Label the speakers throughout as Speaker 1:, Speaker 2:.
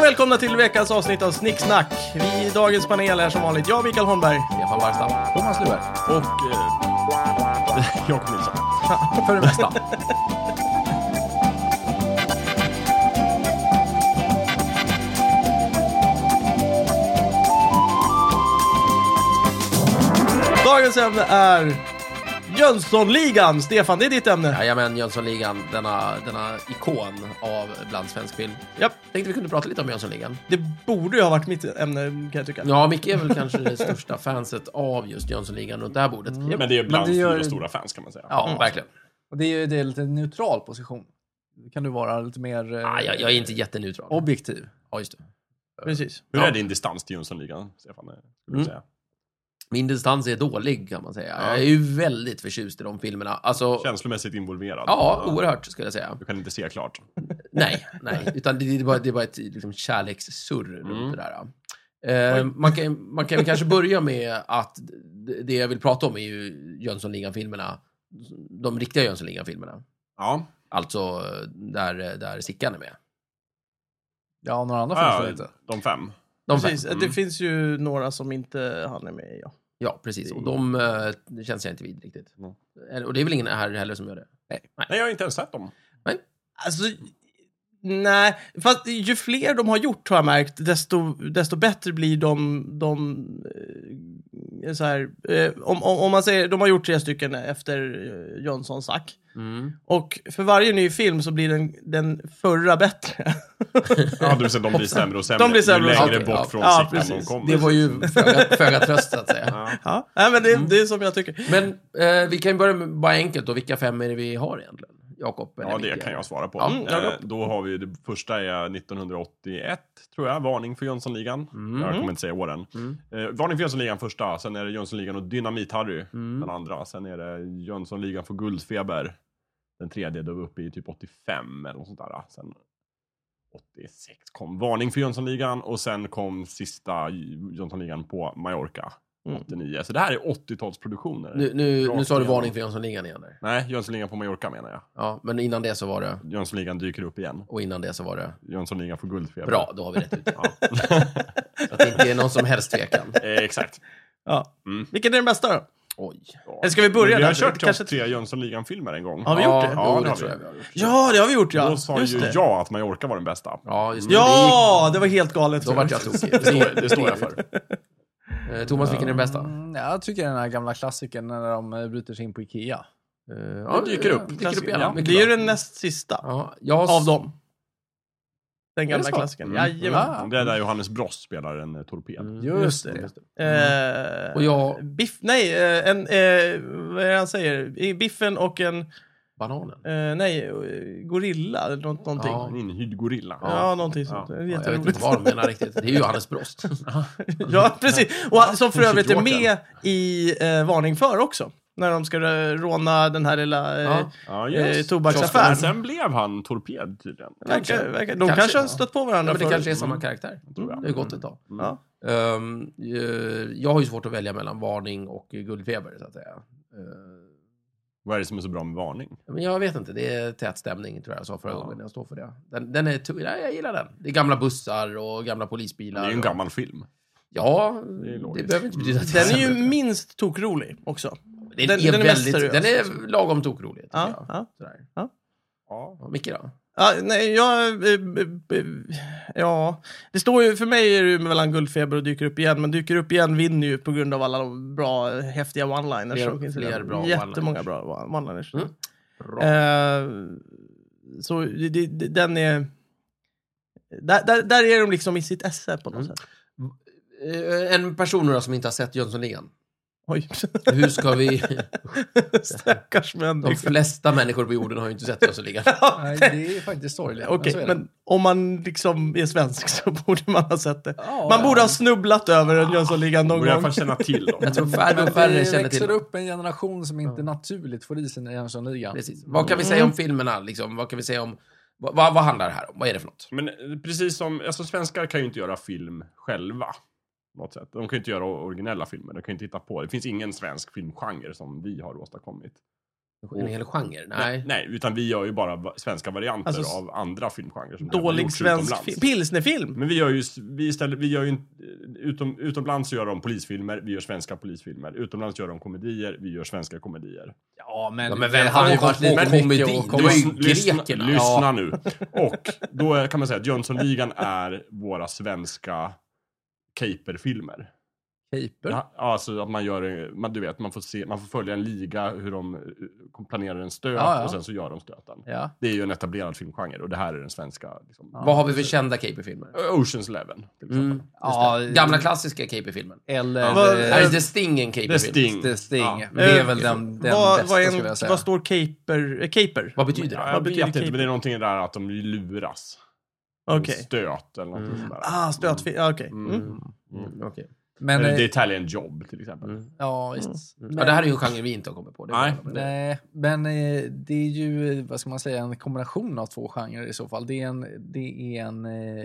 Speaker 1: välkomna till veckans avsnitt av Snicksnack. Vi i dagens panel är som vanligt jag, Mikael Holmberg.
Speaker 2: Stefan Warstam. Thomas Luer.
Speaker 3: Och eh, Jakob Nilsson.
Speaker 2: För det mesta.
Speaker 1: Dagens ämne är Jönssonligan. Stefan, det är ditt ämne.
Speaker 2: Jajamän, Jönssonligan, denna, denna ikon av bland svensk film.
Speaker 1: Japp.
Speaker 2: Tänkte vi kunde prata lite om Jönssonligan.
Speaker 1: Det borde ju ha varit mitt ämne, kan jag tycka.
Speaker 2: Ja, Micke är väl kanske det största fanset av just Jönssonligan runt det här bordet.
Speaker 3: Men det är bland
Speaker 4: det gör-
Speaker 3: fyra stora fans kan man säga.
Speaker 2: Mm. Ja, verkligen.
Speaker 4: Och det är ju det är lite neutral position. Kan du vara lite mer eh,
Speaker 2: Ah, jag, jag är inte jätteneutral.
Speaker 4: objektiv?
Speaker 2: Ja, just det.
Speaker 1: Precis.
Speaker 3: Hur
Speaker 2: Ja.
Speaker 3: är din distans till Jönssonligan, Stefan? eh, Skulle
Speaker 2: Mm.
Speaker 3: du säga?
Speaker 2: Min distans är dålig, kan man säga. Jag är ju väldigt förtjust i de filmerna. Alltså,
Speaker 3: Känslomässigt involverad?
Speaker 2: ja, oerhört skulle jag säga.
Speaker 3: Du kan inte se klart.
Speaker 2: Nej, nej. Utan det, det, är bara, det är bara ett liksom, kärlekssurr runt
Speaker 3: Mm.
Speaker 2: det där. Eh, man, kan, man kan väl kanske börja med att det- det jag vill prata om är ju Jönssonligan-filmerna. De riktiga Jönssonligan-filmerna.
Speaker 3: Ja.
Speaker 2: Alltså eh, där, där Sickan är med.
Speaker 4: Ja, några andra finns
Speaker 3: Ja,
Speaker 4: det inte.
Speaker 3: de fem.
Speaker 2: De fem.
Speaker 1: Precis.
Speaker 4: Mm.
Speaker 1: Det finns ju några som inte han är med i. Ja.
Speaker 2: Ja, precis. Och de eh, det känns jag inte vid riktigt.
Speaker 3: Mm.
Speaker 2: Eller- Och det är väl ingen här heller som gör det.
Speaker 3: Nej, jag har inte ens sett dem.
Speaker 1: Alltså, nej. Fast ju fler de har gjort har jag märkt, desto, desto bättre blir de... de eh, så här, eh, om, om, om man säger, de har gjort tre stycken efter eh, Jönssons ack.
Speaker 2: Mm.
Speaker 1: Och för varje ny film så blir den, den förra bättre.
Speaker 3: Ja, du säger de blir sämre och sämre.
Speaker 1: De blir sämre
Speaker 3: Ju
Speaker 1: och
Speaker 3: längre
Speaker 2: sämre.
Speaker 3: bort
Speaker 2: Ja,
Speaker 3: från
Speaker 1: ja,
Speaker 3: Sickan de
Speaker 1: precis.
Speaker 3: kommer.
Speaker 2: Det var ju föga, föga tröst, så att säga.
Speaker 3: Ja.
Speaker 1: ja, nej, men det,
Speaker 2: Mm.
Speaker 1: det är som jag tycker.
Speaker 2: Men eh, vi kan ju börja med, bara enkelt då. Vilka fem är det vi har egentligen? Jakob? eller
Speaker 3: Ja, det
Speaker 2: Micke?
Speaker 3: kan jag svara på.
Speaker 2: Ja, mm,
Speaker 3: eh, då har vi det första är 1981, tror jag. Varning för Jönssonligan.
Speaker 2: Mm.
Speaker 3: Jag kommer inte säga åren. Eh, varning för Jönssonligan första, sen är det Jönssonligan och Dynamit-Harry,
Speaker 2: Mm.
Speaker 3: den andra. Sen är det Jönssonligan för guldfeber, den tredje. Då är vi uppe i typ 85 eller något sånt där. Sen 86 kom Varning för Jönssonligan och sen kom sista Jönssonligan på Mallorca,
Speaker 1: Mm.
Speaker 3: 89. Så det här är 80-talsproduktioner.
Speaker 2: Nu, nu,
Speaker 3: Rakt
Speaker 2: nu sa du
Speaker 3: igenom.
Speaker 2: varning för Jönssonligan igen där.
Speaker 3: Nej, Jönssonligan på Mallorca menar jag.
Speaker 2: Ja, men innan det så var det...
Speaker 3: Jönssonligan dyker upp igen.
Speaker 2: Och innan det så var det...
Speaker 3: Jönssonligan får guldfeber.
Speaker 2: Bra, då har vi rätt ut.
Speaker 3: Ja.
Speaker 2: Att det inte är någon som helst tvekan.
Speaker 3: Eh, exakt.
Speaker 1: Ja.
Speaker 3: Mm.
Speaker 1: Vilken är den bästa då?
Speaker 2: Oj.
Speaker 3: Ja.
Speaker 1: Eller ska vi börja
Speaker 3: Vi har
Speaker 1: där?
Speaker 3: kört
Speaker 1: Kanske-
Speaker 3: kanske... tre Jönssonligan-filmer en gång.
Speaker 1: Har vi gjort det?
Speaker 2: Ja, jo,
Speaker 3: Ja, det
Speaker 2: det
Speaker 3: har
Speaker 2: tror
Speaker 3: vi.
Speaker 2: jag vi har gjort.
Speaker 1: Ja, det har vi gjort ja!
Speaker 3: Då sa
Speaker 1: Just
Speaker 3: ju
Speaker 1: det.
Speaker 3: jag att Mallorca var den bästa.
Speaker 2: Ja, just det.
Speaker 1: Ja, det var helt galet.
Speaker 2: Det- Då vart jag tokig. Det,
Speaker 3: står- det står jag för.
Speaker 2: Eh, Thomas, vilken är den bästa?
Speaker 4: Mm, jag tycker den här gamla klassikern när de eh, bryter sig in på Ikea.
Speaker 2: Eh, Ja,
Speaker 3: Den dyker upp.
Speaker 2: Dyker upp igen.
Speaker 1: Ja,
Speaker 2: Mycket
Speaker 1: det är ju
Speaker 2: bra.
Speaker 1: den näst sista
Speaker 2: Ja, jag...
Speaker 1: av dem. Den
Speaker 2: Är det
Speaker 1: gamla
Speaker 2: så?
Speaker 1: klassikern.
Speaker 3: Mm.
Speaker 1: Jajamän.
Speaker 4: Ah,
Speaker 3: Det är där Johannes Brost spelar en eh, torped.
Speaker 2: Mm,
Speaker 4: Just
Speaker 1: det.
Speaker 2: just
Speaker 1: Eh,
Speaker 2: Mm. Och jag-
Speaker 1: Biff, nej, eh, en, eh, vad är det han säger? I Biffen och en,
Speaker 2: Bananen.
Speaker 1: eh, nej, eh, gorilla eller något, någonting.
Speaker 2: Ja.
Speaker 1: Ja.
Speaker 3: En inhyrd gorilla.
Speaker 1: någonting sånt.
Speaker 3: Ja.
Speaker 1: Det är
Speaker 2: Ja, jag vet
Speaker 1: jätteroligt.
Speaker 2: inte vad de menar riktigt. Det är ju Johannes Brost.
Speaker 1: Ja, precis. Och som för övrigt är
Speaker 3: Jokern.
Speaker 1: med i eh, Varning för också. När de ska eh, råna den här lilla eh,
Speaker 2: Ja.
Speaker 3: Ja,
Speaker 1: eh,
Speaker 3: just. Men
Speaker 1: tobaksaffären.
Speaker 3: sen blev han torped tydligen.
Speaker 1: Verkar,
Speaker 2: kanske.
Speaker 1: verkar, de kanske,
Speaker 2: Kanske,
Speaker 1: har
Speaker 2: ja.
Speaker 1: stött på varandra
Speaker 2: Men det
Speaker 1: förut.
Speaker 2: kanske är samma karaktär.
Speaker 3: Tror jag.
Speaker 2: Det har gått ett tag.
Speaker 1: Ja.
Speaker 2: Ehm, eh, jag har ju svårt att välja mellan varning och guldfeber, så att säga. Ehm,
Speaker 3: Vad är det som är så bra med varning?
Speaker 2: men jag vet inte, det är tät stämning tror jag jag sa förra gången. Jag står för det. Den, den är tung. Nej, jag gillar den. Det är gamla bussar och gamla
Speaker 3: Det
Speaker 2: polisbilar.
Speaker 3: är ju en
Speaker 2: och-
Speaker 3: gammal film.
Speaker 2: Ja,
Speaker 3: är
Speaker 2: det,
Speaker 3: logiskt.
Speaker 2: behöver inte betyda att det
Speaker 1: Den är ju
Speaker 2: sämre.
Speaker 1: minst tokrolig också.
Speaker 2: den,
Speaker 1: den-
Speaker 2: är
Speaker 1: den är mest
Speaker 2: väldigt,
Speaker 1: seriös, liksom.
Speaker 2: Den är lagom tokrolig, tycker
Speaker 1: Ja,
Speaker 2: jag.
Speaker 1: ja.
Speaker 2: Sådär.
Speaker 3: Ja.
Speaker 2: Ja, Micke då?
Speaker 1: Ja, nej, jag... eh, eh, eh, Ja, det står ju... För mig är det ju mellan Guldfeber och Dyker upp igen, men Dyker upp igen vinner ju på grund av alla de bra, eh, häftiga one-liners.
Speaker 2: Fler-
Speaker 1: som finns i
Speaker 2: fler
Speaker 1: den.
Speaker 2: bra
Speaker 1: Jättemånga
Speaker 2: one-liners.
Speaker 1: bra one- one-liners.
Speaker 2: Mm.
Speaker 1: Eh, så det, det, det- den är... Där, där, där är de liksom i sitt esse på något
Speaker 2: Mm.
Speaker 1: sätt.
Speaker 2: Eh, En person nu då som inte har sett Jönssonligan.
Speaker 1: Oj,
Speaker 2: Hur ska vi...
Speaker 1: stackars
Speaker 2: De
Speaker 1: människa.
Speaker 2: flesta människor på jorden har ju inte sett Jönssonligan.
Speaker 4: Nej, det är faktiskt sorgligt. men
Speaker 1: Okej,
Speaker 4: så är det.
Speaker 1: men om man liksom är svensk så borde man ha sett det.
Speaker 4: Ja,
Speaker 1: Man
Speaker 4: ja.
Speaker 1: borde ha snubblat över en Jönssonliga någon
Speaker 3: Borde i
Speaker 1: gång.
Speaker 3: alla fall känna till dem.
Speaker 2: Jag tror färre och färre
Speaker 4: Det
Speaker 2: känner till
Speaker 4: växer
Speaker 2: dem.
Speaker 4: upp en generation som inte naturligt får i sig Jönssonligan.
Speaker 2: Precis. Vad kan vi säga
Speaker 4: Mm.
Speaker 2: om filmerna? Liksom? Vad kan vi säga om... Vad, vad, vad handlar det här om? Vad är det för något?
Speaker 3: Men eh, precis som, alltså svenskar kan ju inte göra film själva. På något sätt. De kan ju inte göra originella filmer, de kan ju inte hitta på. Det finns ingen svensk filmgenre som vi har åstadkommit.
Speaker 2: En hel genre?
Speaker 3: Oh.
Speaker 2: Nej.
Speaker 3: Nej, utan vi gör ju bara va- svenska varianter
Speaker 1: Alltså, s-
Speaker 3: av andra filmgenrer. som har
Speaker 1: Dålig
Speaker 3: gjorts
Speaker 1: svensk
Speaker 3: utomlands.
Speaker 1: film. Pilsnerfilm.
Speaker 3: Men vi gör ju, vi istället, vi gör ju, en- utom, utomlands så gör de polisfilmer, vi gör svenska polisfilmer. Utomlands gör de komedier, vi gör svenska komedier.
Speaker 4: Ja, men,
Speaker 2: Ja, men vem har ju varit lite
Speaker 4: men mycket
Speaker 2: komedi?
Speaker 4: och
Speaker 2: Det var ju
Speaker 4: komedi.
Speaker 3: lyssna
Speaker 2: grekerna.
Speaker 3: lyssna
Speaker 2: Ja.
Speaker 3: nu. Och då är- kan man säga att Jönssonligan är våra svenska caperfilmer.
Speaker 2: Caper?
Speaker 3: Ja, alltså att man gör, man, du vet, man får, se, man får följa en liga, hur de eh, planerar en stöt
Speaker 4: Ja, ja.
Speaker 3: och sen så gör de stöten.
Speaker 4: Ja.
Speaker 3: Det är ju en etablerad filmgenre och det här är den svenska. Liksom,
Speaker 2: Vad har vi för kända caperfilmer?
Speaker 3: Oceans Eleven till exempel.
Speaker 2: Mm.
Speaker 4: Ja,
Speaker 2: Gamla klassiska caperfilmer.
Speaker 4: Eller...
Speaker 1: Vad-
Speaker 2: Är
Speaker 4: eh,
Speaker 2: The Sting en caperfilm?
Speaker 3: Det är Sting.
Speaker 4: The Sting.
Speaker 3: Ja.
Speaker 4: Det är
Speaker 1: Eh,
Speaker 4: väl den, den
Speaker 1: vad,
Speaker 4: bästa
Speaker 1: vad, är
Speaker 4: skulle
Speaker 1: en,
Speaker 4: jag säga.
Speaker 1: vad står caper? eh, caper?
Speaker 2: Vad betyder
Speaker 3: Ja,
Speaker 2: det?
Speaker 3: jag
Speaker 1: Vad betyder
Speaker 3: vet inte,
Speaker 1: caper?
Speaker 3: men det är någonting där att de luras.
Speaker 1: Okej.
Speaker 3: En Stöt eller någonting
Speaker 4: Mm.
Speaker 3: sånt där.
Speaker 1: Ah, stötfilm. Ja, Okej. Mm.
Speaker 2: Mm, okej.
Speaker 4: Men,
Speaker 3: Eller
Speaker 4: eh, Mm.
Speaker 3: The Italian Job till exempel.
Speaker 4: ja, visst.
Speaker 2: Mm. Ja, det här är ju en genre vi inte har kommit på. Det är
Speaker 3: Nej.
Speaker 2: bara- men det-
Speaker 4: Nej, men eh, det är ju, eh, vad ska man säga, en kombination av två genrer i så fall. Det är en, det är en eh,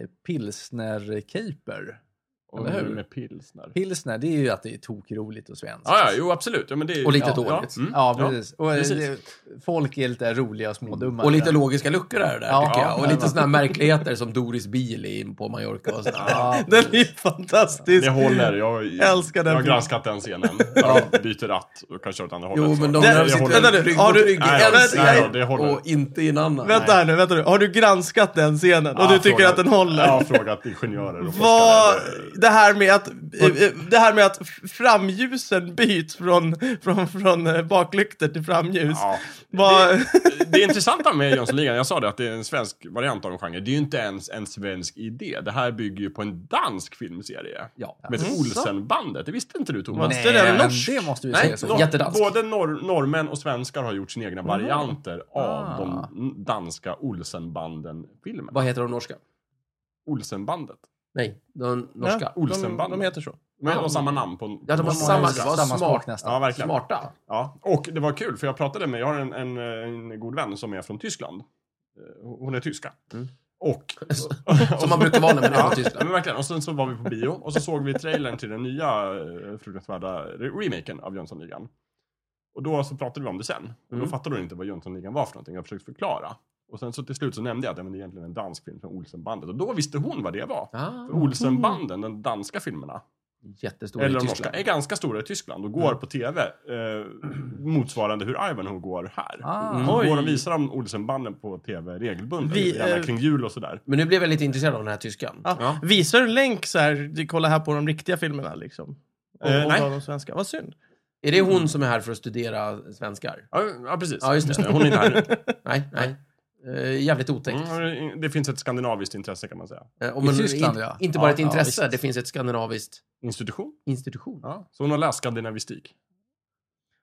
Speaker 4: pilsner-caper.
Speaker 3: Och
Speaker 4: Eller
Speaker 3: nu
Speaker 4: hur?
Speaker 3: med pilsner.
Speaker 4: Pilsner, det är ju att det är tokroligt och svenskt.
Speaker 3: Ja, ja, jo absolut. Ja, men det är,
Speaker 2: Och lite
Speaker 3: ja,
Speaker 2: dåligt.
Speaker 3: Ja, mm,
Speaker 4: Ja, precis. Och, eh,
Speaker 3: precis.
Speaker 4: det- folk är lite roliga och smådumma.
Speaker 2: Och lite logiska luckor är det där,
Speaker 4: Ja.
Speaker 2: tycker jag. Och
Speaker 4: Ja.
Speaker 2: lite sådana här märkligheter som Doris bil i- på Mallorca och sådär.
Speaker 4: Ja,
Speaker 1: Den är ju fantastisk.
Speaker 3: Det håller. Jag, jag
Speaker 1: älskar den
Speaker 3: Jag har
Speaker 1: filmen. granskat
Speaker 3: granskat den scenen. Jag byter ratt och kan köra åt andra hållet.
Speaker 2: Jo, men de
Speaker 1: Det-
Speaker 3: jag,
Speaker 2: där
Speaker 1: jag
Speaker 2: sitter
Speaker 1: håller.
Speaker 2: vänta,
Speaker 1: Vänta nu,
Speaker 2: rygg
Speaker 1: har
Speaker 2: mot
Speaker 1: du-
Speaker 2: rygg i
Speaker 1: nej,
Speaker 2: en
Speaker 1: vänta,
Speaker 2: sida
Speaker 1: nej,
Speaker 3: ja, det håller.
Speaker 2: och inte i en annan.
Speaker 1: Vänta här nu, vänta nu. Har du granskat den scenen och du tycker att den håller?
Speaker 3: Jag har frågat ingenjörer och
Speaker 1: Vad,
Speaker 3: forskare.
Speaker 1: det här med att, eh, eh, det här med att f- framljusen byts från, från, från eh, baklyktor till framljus.
Speaker 3: Ja.
Speaker 1: Vad,
Speaker 3: Det intressanta med Jönssonligan, jag sa det att det är en svensk variant av en genre, det är ju inte ens en svensk idé. Det här bygger ju på en dansk filmserie.
Speaker 2: Ja.
Speaker 3: Med
Speaker 1: Jaså?
Speaker 3: Olsenbandet, det visste inte du Thomas?
Speaker 1: Nej, det är väl
Speaker 4: men
Speaker 1: norskt?
Speaker 4: det måste vi
Speaker 2: Nej,
Speaker 4: säga så.
Speaker 2: nor- Jättedansk.
Speaker 3: Både norr, norrmän och svenskar har gjort sina egna
Speaker 1: Ah.
Speaker 3: varianter av de danska Olsenbanden-filmerna.
Speaker 2: Vad heter de norska?
Speaker 3: Olsenbandet.
Speaker 2: Nej, de norska.
Speaker 1: Ja, de,
Speaker 3: Olsenbandet.
Speaker 1: de heter så.
Speaker 3: Men de har samma namn på...
Speaker 2: Ja, de har
Speaker 4: De har
Speaker 2: samma,
Speaker 4: ju
Speaker 2: det var
Speaker 4: samma
Speaker 2: smart,
Speaker 4: smak nästan.
Speaker 3: Ja, verkligen.
Speaker 2: smarta.
Speaker 3: Ja, och det var kul för jag pratade med, jag har en, en, eh, en god vän som är från Tyskland. Eh, Hon är tyska.
Speaker 2: Mm.
Speaker 3: Och...
Speaker 2: Som man brukar vara när man är
Speaker 3: Ja,
Speaker 2: från
Speaker 3: men
Speaker 2: Tyskland.
Speaker 3: verkligen. Och sen så var vi på bio och så såg vi trailern till den nya eh, fruktansvärda re- remaken av Jönssonligan. Och då så pratade vi om det sen. Och då
Speaker 2: Mm.
Speaker 3: fattade hon inte vad Jönssonligan var för någonting. Jag försökte förklara. Och sen så till slut så nämnde jag att ja, men det är egentligen en dansk film från Olsenbandet. Och då visste hon vad det var.
Speaker 2: Ah,
Speaker 3: För Olsenbanden, de danska filmerna,
Speaker 2: jättestora
Speaker 3: eller
Speaker 2: i
Speaker 3: de norska,
Speaker 2: Tyskland.
Speaker 3: är ganska stora i Tyskland och går
Speaker 1: Mm.
Speaker 3: på TV eh, motsvarande hur Ivanhoe går här.
Speaker 4: Ah.
Speaker 3: Mm.
Speaker 1: Oj.
Speaker 3: Går och visar de Olsenbanden på TV regelbundet,
Speaker 1: Vi,
Speaker 3: gärna
Speaker 1: eh,
Speaker 3: kring jul och sådär.
Speaker 2: Men nu blev jag lite intresserad av den här tyskan.
Speaker 1: Ja. Visar du länk så här, du, kolla här på de riktiga filmerna liksom? Och,
Speaker 3: Eh,
Speaker 1: och
Speaker 3: nej.
Speaker 1: ta de svenska. Vad synd.
Speaker 2: Är det hon som är här för att studera svenskar?
Speaker 3: Ja, ja precis.
Speaker 2: Ja, just det.
Speaker 3: Hon är inte här nu.
Speaker 2: Nej, nej. Eh, jävligt otäckt.
Speaker 3: Mm, det finns ett skandinaviskt intresse kan man säga.
Speaker 2: Eh, och
Speaker 4: I
Speaker 2: men
Speaker 4: Tyskland,
Speaker 2: in,
Speaker 4: ja.
Speaker 2: Inte bara
Speaker 4: Ja,
Speaker 2: ett
Speaker 4: ja,
Speaker 2: intresse,
Speaker 4: visst.
Speaker 2: det finns ett skandinaviskt
Speaker 3: Institution.
Speaker 2: institution.
Speaker 3: Ja. Så hon har läst skandinavistik.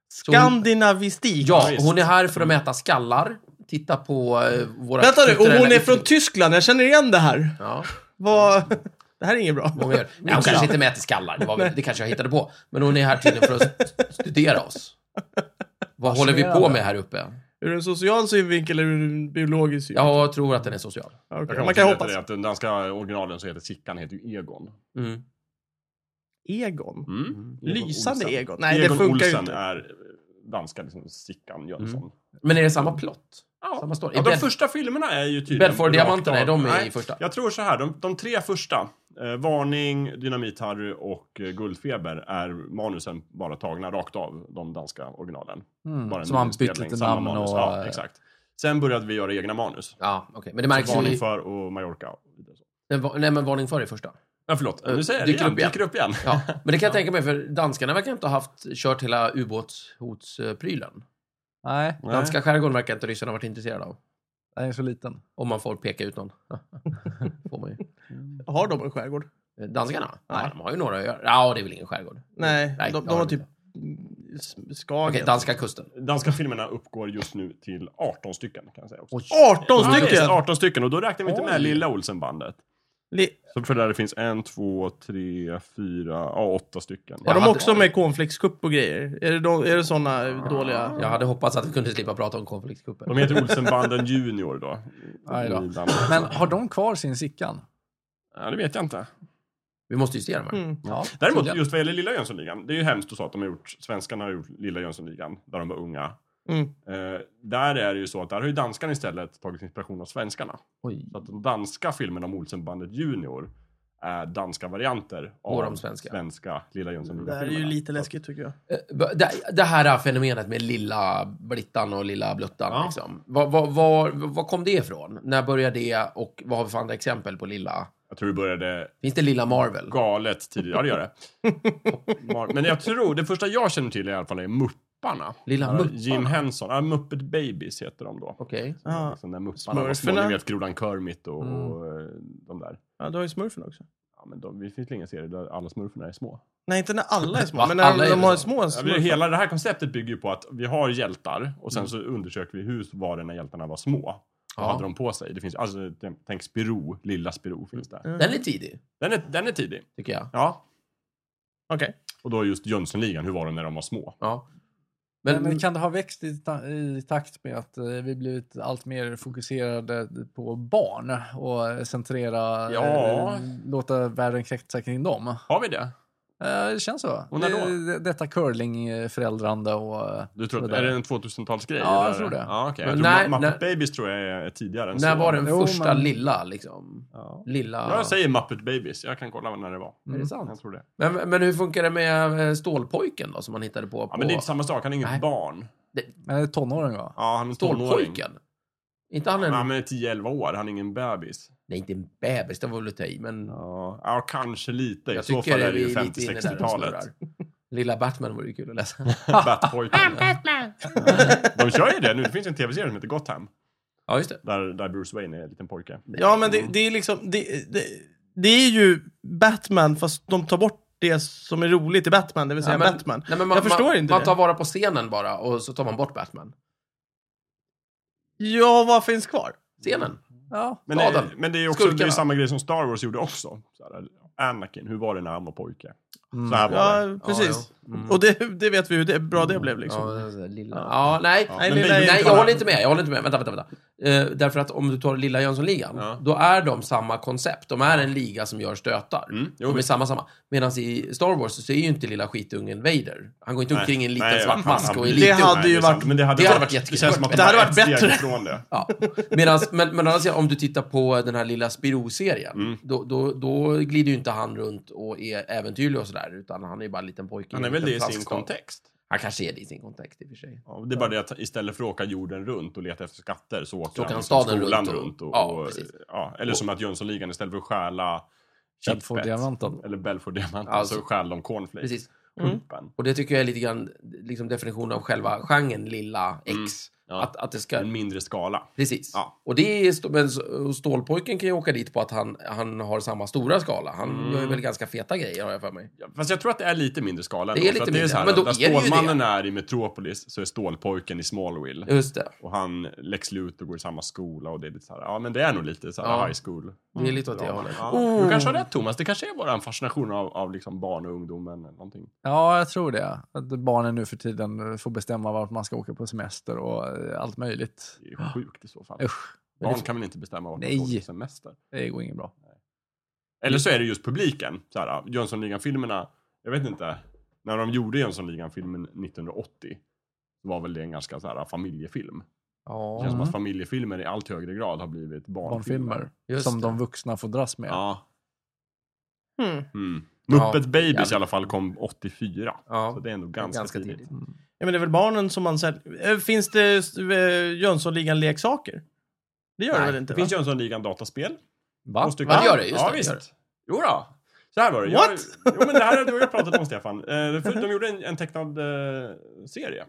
Speaker 2: Så hon-
Speaker 1: Skandinavistik.
Speaker 2: Ja,
Speaker 3: Ja,
Speaker 2: hon är här för att mäta skallar, titta på eh, våra...
Speaker 1: Vänta nu, och
Speaker 2: kulturella
Speaker 1: hon är
Speaker 2: uttryck.
Speaker 1: från Tyskland. Jag känner igen det här.
Speaker 2: Ja,
Speaker 1: Vad... Det här är inget bra.
Speaker 2: många gör. Nej, hon kanske inte mäter skallar, det, var väl, det kanske jag hittade på. Men hon är här tydligen för att st- studera oss. Vad håller vi på med här uppe?
Speaker 1: Ur en social synvinkel eller ur en biologisk synvinkel?
Speaker 2: Ja, Jag tror att den är social.
Speaker 1: Ja,
Speaker 3: Jag
Speaker 1: okej.
Speaker 3: kan
Speaker 1: Man kan
Speaker 3: berätta
Speaker 1: hoppas.
Speaker 3: Det, att den danska originalen så heter Sickan heter ju Egon.
Speaker 2: Mm.
Speaker 1: Egon?
Speaker 3: Mm.
Speaker 1: Lysande
Speaker 3: Olsen.
Speaker 1: Egon. Nej,
Speaker 3: Egon
Speaker 1: det funkar ju
Speaker 3: Olsen
Speaker 1: inte. Mm.
Speaker 3: är eh, danska, liksom Sickan Jönsson.
Speaker 2: Men är det samma plott?
Speaker 3: Ja.
Speaker 2: Samma story.
Speaker 3: Ja, de
Speaker 2: Bed-
Speaker 3: första filmerna är ju tydligen...
Speaker 2: Bedford-diamanterna,
Speaker 3: rakt
Speaker 2: är
Speaker 3: av-
Speaker 2: de i
Speaker 3: Nej,
Speaker 2: första?
Speaker 3: Jag tror så här, de, de tre första, eh, Varning, Dynamit-Harry och eh, Guldfeber, är manusen bara tagna rakt av de danska originalen.
Speaker 4: Mm,
Speaker 3: Bara en
Speaker 4: som han bytt
Speaker 3: nyinspelning,
Speaker 4: lite
Speaker 3: samma
Speaker 4: namn
Speaker 3: manus.
Speaker 4: och-
Speaker 3: Ja, exakt. Sen började vi göra egna manus.
Speaker 2: Ja, okej. Men det märks ju
Speaker 3: Varning
Speaker 2: i...
Speaker 3: för och Mallorca.
Speaker 2: Den var- Nej, men varning för i första.
Speaker 3: Ja, förlåt.
Speaker 2: Eh,
Speaker 3: Nu säger jag det
Speaker 2: dyker
Speaker 3: igen.
Speaker 2: upp igen.
Speaker 3: Dyker upp igen.
Speaker 2: Ja, men det kan jag tänka mig, för danskarna verkar inte ha haft, kört hela ubåtshotsprylen.
Speaker 4: Nej,
Speaker 3: Nej.
Speaker 2: Danska skärgården verkar inte ryssarna ha varit intresserade av.
Speaker 4: den är så liten.
Speaker 2: Om man får peka ut någon. får man ju.
Speaker 1: Har de en skärgård?
Speaker 2: Eh, Danskarna?
Speaker 1: Nej.
Speaker 2: Ja, de har ju några öar. Ja, det är väl ingen skärgård.
Speaker 1: Nej,
Speaker 2: Nej,
Speaker 1: de, de
Speaker 2: det har
Speaker 1: har
Speaker 2: de
Speaker 1: typ
Speaker 2: inte.
Speaker 1: mm, Skagen.
Speaker 2: Okej, danska kusten.
Speaker 3: Danska filmerna uppgår just nu till 18 stycken, kan jag säga också.
Speaker 2: Oj.
Speaker 1: 18
Speaker 3: Ja, precis,
Speaker 1: stycken!
Speaker 3: 18 stycken, och då räknar vi inte med
Speaker 2: Oj.
Speaker 3: Lilla Olsen-bandet.
Speaker 1: Li-
Speaker 3: Så för där det finns en, två, tre, fyra, ja, åtta stycken.
Speaker 1: Har
Speaker 2: Jag
Speaker 1: de
Speaker 2: hade-
Speaker 1: också med cornflakescup och grejer? Är det, de, är det såna dåliga...
Speaker 2: Jag hade hoppats att vi kunde slippa prata om konfliktkuppen.
Speaker 3: De heter Olsenbanden Junior då.
Speaker 4: Aj då.
Speaker 3: I Danmark.
Speaker 4: Men har de kvar sin Sickan?
Speaker 3: Ja, det vet jag inte.
Speaker 2: Vi måste ju se dem här.
Speaker 1: Mm.
Speaker 4: Ja.
Speaker 3: Däremot
Speaker 2: Tydligen.
Speaker 3: just vad gäller Lilla Jönssonligan. Det är ju hemskt att säga att de har gjort, svenskarna har gjort Lilla Jönssonligan, där de var unga.
Speaker 1: Mm.
Speaker 3: Eh, där är det ju så att där har ju danskarna istället tagit inspiration av svenskarna.
Speaker 2: Oj.
Speaker 3: Så att de danska filmerna om Olsenbandet Junior är danska varianter
Speaker 2: Och
Speaker 3: av
Speaker 2: de svenska.
Speaker 3: Lilla Jönssonligan.
Speaker 1: Det här är ju lite läskigt tycker jag.
Speaker 2: Eh, Det, det här fenomenet med lilla Blittan och lilla Bluttan,
Speaker 3: Ja.
Speaker 2: liksom. vad, vad, vad, vad kom det ifrån? När började det och vad har vi för andra exempel på lilla?
Speaker 3: Jag tror det började
Speaker 2: Finns det lilla Marvel?
Speaker 3: galet tidigare. Ja, det gör det. Mar- Men jag tror, det första jag känner till i alla fall är Mupparna.
Speaker 2: Lilla
Speaker 3: Ja,
Speaker 2: Mupparna?
Speaker 3: Jim Henson. Ja, Muppet Babies heter de då.
Speaker 2: Okej.
Speaker 3: Som är
Speaker 1: Ja.
Speaker 3: Liksom när Mupparna var små.
Speaker 1: Smurferna.
Speaker 3: Ni vet Grodan Kermit och,
Speaker 2: Mm.
Speaker 3: och eh, de där.
Speaker 1: Ja, du har ju smurfen också.
Speaker 3: Ja, men de, det finns väl ingen serie där alla smurfarna är små?
Speaker 1: Nej, inte när alla är små,
Speaker 2: Va?
Speaker 1: men när
Speaker 2: Alla är
Speaker 1: de
Speaker 2: väl
Speaker 1: har
Speaker 2: så?
Speaker 1: små
Speaker 3: Ja,
Speaker 1: smurfar.
Speaker 3: men hela det här konceptet bygger ju på att vi har hjältar och sen så undersöker vi hur var det när hjältarna var små. Vad
Speaker 2: Ja.
Speaker 3: hade de på sig? Det finns, alltså, tänk- tänk Spiro, lilla Spiro finns där.
Speaker 1: Mm.
Speaker 2: Den är tidig,
Speaker 3: Den är, den är tidig.
Speaker 2: tycker
Speaker 4: Mm.
Speaker 2: jag.
Speaker 3: Ja.
Speaker 1: Okej.
Speaker 3: Och då just Jönssonligan, hur var de när de var små?
Speaker 2: Ja.
Speaker 4: Men,
Speaker 2: Men,
Speaker 4: men kan det ha växt i, ta i takt med att eh, vi blivit allt mer fokuserade på barn och centrera, eh,
Speaker 3: Ja.
Speaker 4: låta världen kretsa kring dem? Eh,
Speaker 3: Har vi det?
Speaker 4: Det känns så.
Speaker 3: Och när då?
Speaker 4: Det- det- Detta curlingföräldrande och... eh,
Speaker 3: Du tror,
Speaker 4: så
Speaker 3: att- är
Speaker 4: där.
Speaker 3: det en 2000-talsgrej?
Speaker 4: Ja, jag
Speaker 3: eller?
Speaker 4: tror det.
Speaker 3: Ja, okay.
Speaker 2: Men
Speaker 3: jag tror
Speaker 2: när-
Speaker 3: Ma- Muppet
Speaker 2: när-
Speaker 3: Babies tror jag är tidigare än
Speaker 2: när
Speaker 3: så.
Speaker 2: var den
Speaker 4: Jo,
Speaker 2: första
Speaker 4: men-
Speaker 2: lilla, liksom?
Speaker 3: Ja.
Speaker 2: Lilla...
Speaker 3: Ja, jag säger Muppet Babies. Jag kan kolla när det var.
Speaker 2: Mm. Är det
Speaker 3: Jag
Speaker 2: sant?
Speaker 3: tror det.
Speaker 2: Men, men hur funkar det med eh, Stålpojken då, som man hittade på? på...
Speaker 3: Ja, men det är inte samma sak. Han är inget
Speaker 2: Nej.
Speaker 3: barn.
Speaker 4: Men det är tonåring va?
Speaker 3: Ja, han är en tonåring.
Speaker 2: Stålpojken? Inte han en...
Speaker 3: Ja, men 10-11 år. Han är ingen bebis.
Speaker 2: Nej, inte en bebis, det var väl att ta i, men...
Speaker 3: Ja, ja kanske lite. I
Speaker 2: Jag
Speaker 3: så
Speaker 2: tycker
Speaker 3: fall är det
Speaker 2: vi
Speaker 3: ju
Speaker 2: lite inne där och
Speaker 3: 50-60-talet.
Speaker 2: snurrar. Lilla Batman vore ju kul att läsa.
Speaker 3: Batpojken. De kör ju det nu. Det finns en tv-serie som heter Gotham.
Speaker 2: Ja, just det.
Speaker 3: Där, där Bruce Wayne är en liten pojke.
Speaker 1: Ja, men det, det är liksom... Det, det, det är ju Batman, fast de tar bort det som är roligt i Batman, det vill säga
Speaker 2: men-
Speaker 1: Batman.
Speaker 2: Nej, men
Speaker 1: Jag förstår inte
Speaker 2: Man
Speaker 1: det.
Speaker 2: tar vara på scenen bara och så tar man bort Batman.
Speaker 1: Ja, vad finns kvar?
Speaker 2: Scenen.
Speaker 4: Ja.
Speaker 3: Men,
Speaker 2: Ja,
Speaker 3: det,
Speaker 2: den.
Speaker 3: men det är ju också
Speaker 2: Skurkarna.
Speaker 3: det är ju samma grej som Star Wars gjorde också. Så här, Anakin, hur var det när han var pojke? Så här var det.
Speaker 1: Ja, precis.
Speaker 2: Ja, jo. Mm.
Speaker 1: Och det, det vet vi hur det, bra det blev liksom.
Speaker 2: Ja, det är lilla. Ja, nej.
Speaker 3: Ja,
Speaker 1: Nej,
Speaker 3: men
Speaker 1: lilla
Speaker 3: Baby-
Speaker 1: är
Speaker 2: Nej,
Speaker 1: inte
Speaker 2: jag håller inte med. Jag håller inte med. Vänta, vänta, vänta. Eh, därför att om du tar Lilla Jönssonligan,
Speaker 3: Ja.
Speaker 2: då är de samma koncept. De är en liga som gör stötar.
Speaker 3: Mm, jo,
Speaker 2: de är
Speaker 3: visst.
Speaker 2: samma, samma. Medan i Star Wars så är ju inte lilla skitungen Vader. Han går inte
Speaker 3: Nej.
Speaker 2: omkring i en liten
Speaker 3: Nej,
Speaker 2: svart
Speaker 3: han-
Speaker 2: mask
Speaker 3: han-
Speaker 2: och är
Speaker 1: Det
Speaker 2: liten.
Speaker 1: hade ju
Speaker 3: det är sant.
Speaker 1: varit-
Speaker 3: Men det hade,
Speaker 2: det hade
Speaker 3: varit,
Speaker 2: varit jättekul.
Speaker 3: Det känns som att
Speaker 2: Det
Speaker 3: de
Speaker 1: hade
Speaker 3: var
Speaker 1: varit
Speaker 3: ett steg
Speaker 1: bättre.
Speaker 3: ifrån det.
Speaker 2: Ja. Medans, men, men å andra sidan, om du tittar på den här lilla Spirou-serien,
Speaker 3: Mm.
Speaker 2: då, då, då glider ju inte han runt och är äventyrlig och sådär, utan han är ju bara en liten pojke.
Speaker 3: Han är
Speaker 2: en
Speaker 3: väl det
Speaker 2: liten
Speaker 3: i sin
Speaker 2: plaststad.
Speaker 3: kontext.
Speaker 2: Han kanske är det i sin kontext i och för sig.
Speaker 3: Ja, och det är bara det att istället för att åka jorden runt och leta efter skatter så åker
Speaker 2: Så åker
Speaker 3: han
Speaker 2: han
Speaker 3: liksom
Speaker 2: staden
Speaker 3: skolan
Speaker 2: runt
Speaker 3: runt.
Speaker 2: och-
Speaker 3: och,
Speaker 2: ja,
Speaker 3: och,
Speaker 2: precis.
Speaker 3: ja, eller som att Jönssonligan istället för att stjäla
Speaker 4: Belford
Speaker 3: chipspett,
Speaker 4: diamanten.
Speaker 3: eller Belford-diamanten
Speaker 2: Alltså.
Speaker 3: så stjäl de cornflakes.
Speaker 2: Precis.
Speaker 3: Pumpen.
Speaker 2: Och det tycker jag är lite grann liksom definitionen av själva genren lilla X.
Speaker 3: Mm. Ja.
Speaker 2: Att, att det
Speaker 3: I
Speaker 2: ska...
Speaker 3: En mindre skala.
Speaker 2: Precis.
Speaker 3: Ja.
Speaker 2: Och det är, st- men s- och Stålpojken kan ju åka dit på att han, han har samma stora skala. Han gör ju väl ganska feta grejer, har jag för mig.
Speaker 3: Mm. Ja, Fast jag tror att det är lite mindre skala.
Speaker 2: Det
Speaker 3: ändå,
Speaker 2: är lite
Speaker 3: för att
Speaker 2: mindre,
Speaker 3: så här,
Speaker 2: men då
Speaker 3: där
Speaker 2: är det ju
Speaker 3: Stålmannen är i Metropolis så är Stålpojken i Smallville.
Speaker 2: Just det.
Speaker 3: Och han, Lex Luthor, går i samma skola och det är lite så här, ja men det är nog lite så här
Speaker 2: Ja.
Speaker 3: high school.
Speaker 2: Det är lite åt det
Speaker 3: Mm.
Speaker 2: Oh.
Speaker 3: Ja,
Speaker 2: hållet.
Speaker 3: Du kanske har rätt Thomas, det kanske är bara en fascination av, av liksom barn och ungdomen eller någonting.
Speaker 4: Ja, jag tror det. Att barnen nu för tiden får bestämma vart man ska åka på semester och eh, allt möjligt.
Speaker 3: Det är sjukt i så fall.
Speaker 4: Usch,
Speaker 3: Barn kan väl inte bestämma vart de
Speaker 4: Nej.
Speaker 3: ska på semester?
Speaker 4: det går inget bra.
Speaker 3: Eller så är det just publiken. Så här, Jönssonligan-filmerna, jag vet inte. När de gjorde Jönssonligan-filmen 1980 så var väl det en ganska så här, familjefilm. Det
Speaker 2: Ja,
Speaker 3: känns som att familjefilmer i allt högre grad har blivit barnfilmer.
Speaker 4: Barnfilmer
Speaker 2: just
Speaker 4: som
Speaker 2: det.
Speaker 4: de vuxna får dras med.
Speaker 3: Ja.
Speaker 1: Hmm.
Speaker 3: Mm. Muppet
Speaker 2: Ja,
Speaker 3: Babies
Speaker 2: jävligt.
Speaker 3: i alla fall kom 84.
Speaker 2: Ja.
Speaker 3: Så det är ändå ganska,
Speaker 2: Ganska
Speaker 3: tidigt.
Speaker 2: tidigt.
Speaker 1: Ja, men det är väl barnen som man säger... eh, Finns det eh, Jönssonligan-leksaker? Det gör
Speaker 2: Nej,
Speaker 1: det väl inte?
Speaker 3: Det finns
Speaker 1: va?
Speaker 3: Jönssonligan dataspel.
Speaker 4: Va?
Speaker 3: Två stycken.
Speaker 2: Ja, det gör det. Just
Speaker 3: ja,
Speaker 2: det,
Speaker 3: visst.
Speaker 2: gör det.
Speaker 3: Jo då. Så här var det. Jag,
Speaker 1: What?
Speaker 3: jo, men det här har du och jag pratat om, Stefan. Eh, för De gjorde en, en tecknad eh, serie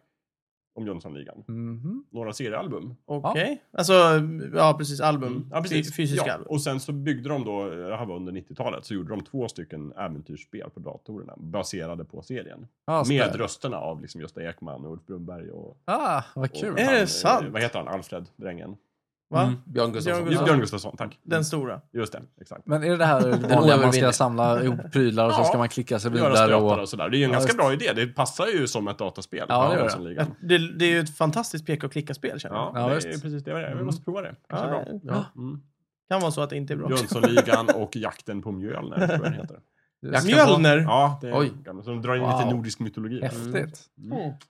Speaker 3: om Jönssonligan.
Speaker 4: Mhm.
Speaker 3: Några seriealbum.
Speaker 1: Okej. Alltså, ja precis,
Speaker 2: Mm.
Speaker 1: album.
Speaker 3: Ja, precis.
Speaker 1: Fy- Fysiska
Speaker 3: ja.
Speaker 1: album.
Speaker 3: Och sen så byggde de då, eh, det här var under 90-talet, så gjorde de två stycken äventyrsspel på datorerna baserade på serien.
Speaker 4: Ja,
Speaker 3: med
Speaker 4: spär.
Speaker 3: rösterna av liksom Gösta Ekman och Ulf Brunberg och...
Speaker 4: Ah, vad
Speaker 3: och
Speaker 4: kul.
Speaker 1: Är det
Speaker 3: eh,
Speaker 1: sant?
Speaker 3: Vad heter han? Alfred Drängen.
Speaker 1: Va?
Speaker 2: Mm, Björn Gustafsson.
Speaker 1: Björn
Speaker 3: Just
Speaker 1: Gustafsson.
Speaker 3: Björn Gustafsson, tack.
Speaker 1: Den stora.
Speaker 3: Just det, exakt.
Speaker 4: Men är det det här vanliga man ska
Speaker 2: oövervinner.
Speaker 4: samla ihop prylar och så
Speaker 3: Ja.
Speaker 4: ska man klicka sig
Speaker 3: Göra
Speaker 4: vidare?
Speaker 3: stötar
Speaker 4: Och...
Speaker 3: och sådär. Det är ju en
Speaker 4: Ja,
Speaker 3: ganska
Speaker 4: just-
Speaker 3: bra idé. Det passar ju som ett dataspel.
Speaker 4: Ja, det gör det.
Speaker 3: Jönssonligan.
Speaker 1: Det, det är ju ett fantastiskt peka och klicka-spel känner jag.
Speaker 3: Ja,
Speaker 4: Ja,
Speaker 3: det
Speaker 4: visst.
Speaker 3: är precis det. var det. Vi måste prova det. Kanske är
Speaker 1: Ja,
Speaker 3: bra.
Speaker 1: det
Speaker 2: Ja.
Speaker 3: Mm.
Speaker 1: kan vara så att det inte är bra.
Speaker 3: Jönssonligan och jakten på Mjölner, tror jag den heter.
Speaker 2: Jag kan vara-
Speaker 1: Mjölner.
Speaker 3: Ja, det är
Speaker 2: Oj.
Speaker 3: gamla. Så de drar in
Speaker 4: Wow.
Speaker 3: lite nordisk mytologi. Mm. där.
Speaker 4: Häftigt.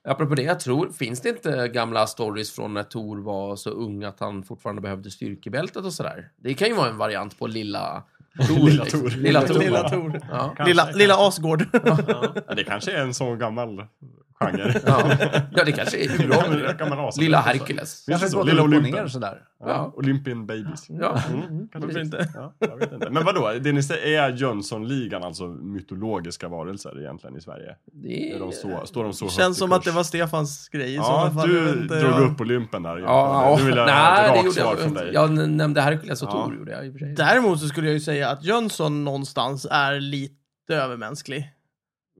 Speaker 2: Apropå det, jag tror, finns det inte gamla stories från när Tor var så ung att han fortfarande behövde styrkebältet och sådär? Det kan ju vara en variant på lilla Tor.
Speaker 3: Lilla
Speaker 2: liksom.
Speaker 3: Tor.
Speaker 2: Lilla Tor.
Speaker 1: Lilla Tor.
Speaker 2: Ja.
Speaker 3: Kanske.
Speaker 1: Lilla, lilla Asgård.
Speaker 3: Ja, det kanske är en sån gammal genre.
Speaker 2: Ja. ja, det kanske är hur bra.
Speaker 3: Det kan man ha som-
Speaker 2: Lilla Herkules.
Speaker 3: Finns det så?
Speaker 4: går
Speaker 3: Lilla
Speaker 4: upp och
Speaker 3: Olympen.
Speaker 4: ner sådär.
Speaker 2: Ja.
Speaker 3: Ja. Olympian babies.
Speaker 2: Ja.
Speaker 3: Mm, kanske
Speaker 1: Varför
Speaker 3: finns.
Speaker 1: inte?
Speaker 3: Ja, jag vet inte. Men vadå, det ni säger, är Jönssonligan alltså mytologiska varelser egentligen i Sverige?
Speaker 2: Det
Speaker 3: Är
Speaker 2: är...
Speaker 3: de så, står de så högt i
Speaker 1: Känns som att det
Speaker 3: kurs?
Speaker 1: var Stefans grej. i
Speaker 3: Ja,
Speaker 1: sådana fall. Jag vet
Speaker 3: du
Speaker 1: inte,
Speaker 3: drog
Speaker 1: ja.
Speaker 3: upp Olympen där.
Speaker 2: Ja,
Speaker 3: nu vill jag
Speaker 2: nej,
Speaker 3: ha
Speaker 2: det
Speaker 3: ett rakt
Speaker 2: gjorde
Speaker 3: svar
Speaker 2: jag.
Speaker 3: från
Speaker 2: inte.
Speaker 3: dig.
Speaker 2: Jag n- nämnde Herkules och
Speaker 3: Ja.
Speaker 2: Tor gjorde jag i och för sig.
Speaker 1: Däremot så skulle jag ju säga att Jönsson någonstans är lite övermänsklig.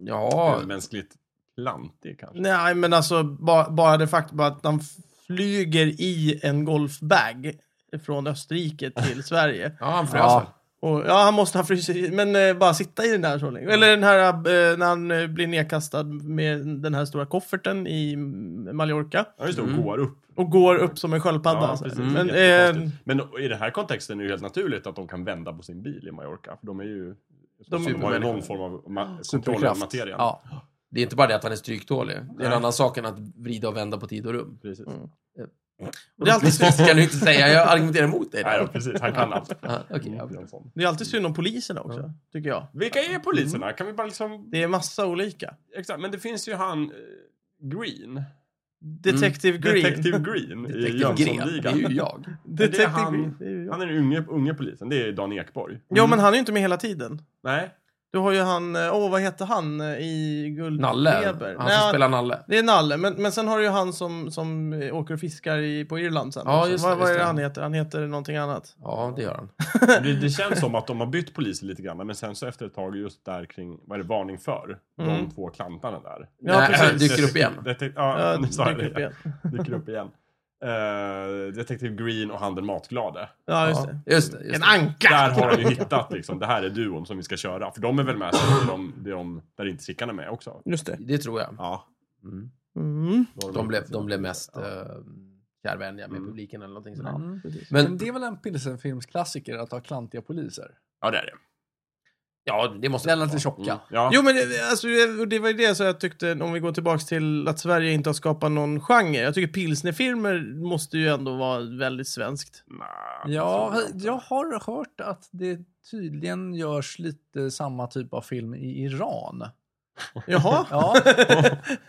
Speaker 2: Ja,
Speaker 3: Mänskligt klantig kanske.
Speaker 1: Nej, men alltså ba, bara det faktum att han flyger i en golfbag från Österrike till Sverige.
Speaker 2: ja han frös
Speaker 4: Ja.
Speaker 2: väl.
Speaker 1: Och, ja, han måste ha frysit, men eh, bara sitta i den där så länge. Eller den här eh, när han eh, blir nedkastad med den här stora kofferten i mm, Mallorca.
Speaker 3: Ja, just det, och går upp.
Speaker 1: Och går upp som en sköldpadda.
Speaker 3: Ja,
Speaker 1: så här.
Speaker 3: precis.
Speaker 1: alltså, men, eh,
Speaker 3: Jättekonstigt. Men i den här kontexten är det ju helt naturligt att de kan vända på sin bil i Mallorca. För de är ju... De, har ju någon form av ma- kontroll över
Speaker 4: Superkraft.
Speaker 3: materien.
Speaker 2: Ja. Det är inte bara det att han är stryktålig. Det är en
Speaker 3: Nej.
Speaker 2: annan sak än att vrida och vända på tid och rum.
Speaker 3: Precis.
Speaker 1: eh, det, är alltid,
Speaker 2: Det ska du inte säga. Jag argumenterar emot dig.
Speaker 3: Nej,
Speaker 2: där.
Speaker 3: ja, precis. Han kan allt.
Speaker 2: Ja, okej, ja, bra.
Speaker 3: Jönsson.
Speaker 1: det är alltid synd om poliserna också, tycker jag.
Speaker 3: Vilka är poliserna? Kan vi bara liksom...
Speaker 1: Mm. Det är massa olika.
Speaker 3: Exakt, men det finns ju han... eh, Green.
Speaker 2: Mm.
Speaker 1: Detective Green.
Speaker 3: Detective Green i
Speaker 2: Detective Gren, det är ju
Speaker 3: Jönssonligan.
Speaker 2: jag.
Speaker 1: Detective
Speaker 3: Det är han-
Speaker 1: Green. Det är ju jag.
Speaker 3: Han är den unge, unge polisen. Det är Dan Ekborg.
Speaker 2: Mm.
Speaker 3: Mm.
Speaker 1: Ja, men han är ju inte med hela tiden.
Speaker 3: Nej,
Speaker 1: Du har ju han, eh, åh vad heter han eh, i Guldfeber?
Speaker 2: Nalle. Han som
Speaker 1: Nej,
Speaker 2: spelar Nalle.
Speaker 1: Det är Nalle, men, men sen har du ju han som, som eh, åker och fiskar i, på Irland sen.
Speaker 2: Ja,
Speaker 1: också.
Speaker 2: just det,
Speaker 1: vad, vad
Speaker 2: just
Speaker 1: är det
Speaker 2: det.
Speaker 1: han heter? Han heter någonting annat.
Speaker 2: Ja, det gör han.
Speaker 3: det, det känns som att de har bytt poliser lite grann. Men sen så efter ett tag just där kring, vad är det, varning för?
Speaker 1: Mm.
Speaker 3: De två klantarna där.
Speaker 1: Ja,
Speaker 2: Nej,
Speaker 1: precis.
Speaker 2: han dyker upp igen.
Speaker 3: Det, ja,
Speaker 1: Ja,
Speaker 3: nu sa jag
Speaker 1: dyker upp
Speaker 3: det.
Speaker 1: igen.
Speaker 3: Dyker upp igen. Eh, Detective Green och han den matglade.
Speaker 1: Ja, just
Speaker 2: Ja,
Speaker 1: det.
Speaker 2: just det. Just
Speaker 1: En
Speaker 2: det.
Speaker 1: anka!
Speaker 3: Där har de ju hittat liksom, det här är duon som vi ska köra. För de är väl med sig i de, det de, där inte Sickan är med också?
Speaker 1: Just det.
Speaker 2: Det tror jag.
Speaker 3: Ja.
Speaker 2: Mm.
Speaker 1: Mm.
Speaker 3: då har
Speaker 2: De, blev, de blev mest
Speaker 3: Ja.
Speaker 2: ja. kärvänliga med
Speaker 3: Mm.
Speaker 2: publiken eller någonting sådär.
Speaker 4: Mm. Men
Speaker 2: Men
Speaker 4: det är väl en pilsenfilmsklassiker att ha klantiga poliser?
Speaker 3: Ja, det är
Speaker 2: Mm.
Speaker 3: det.
Speaker 2: ja, det måste
Speaker 4: Den är lite
Speaker 2: vara.
Speaker 4: tjocka.
Speaker 3: Mm. Ja.
Speaker 1: Jo, men det, alltså, det- det var ju det så jag tyckte, om vi går tillbaks till att Sverige inte har skapat någon genre. Jag tycker pilsnerfilmer måste ju ändå vara väldigt svenskt.
Speaker 3: Nah,
Speaker 4: Ja,
Speaker 3: det tror inte.
Speaker 4: jag har hört att det tydligen görs lite samma typ av film i Iran.
Speaker 1: Jaha,
Speaker 4: Ja,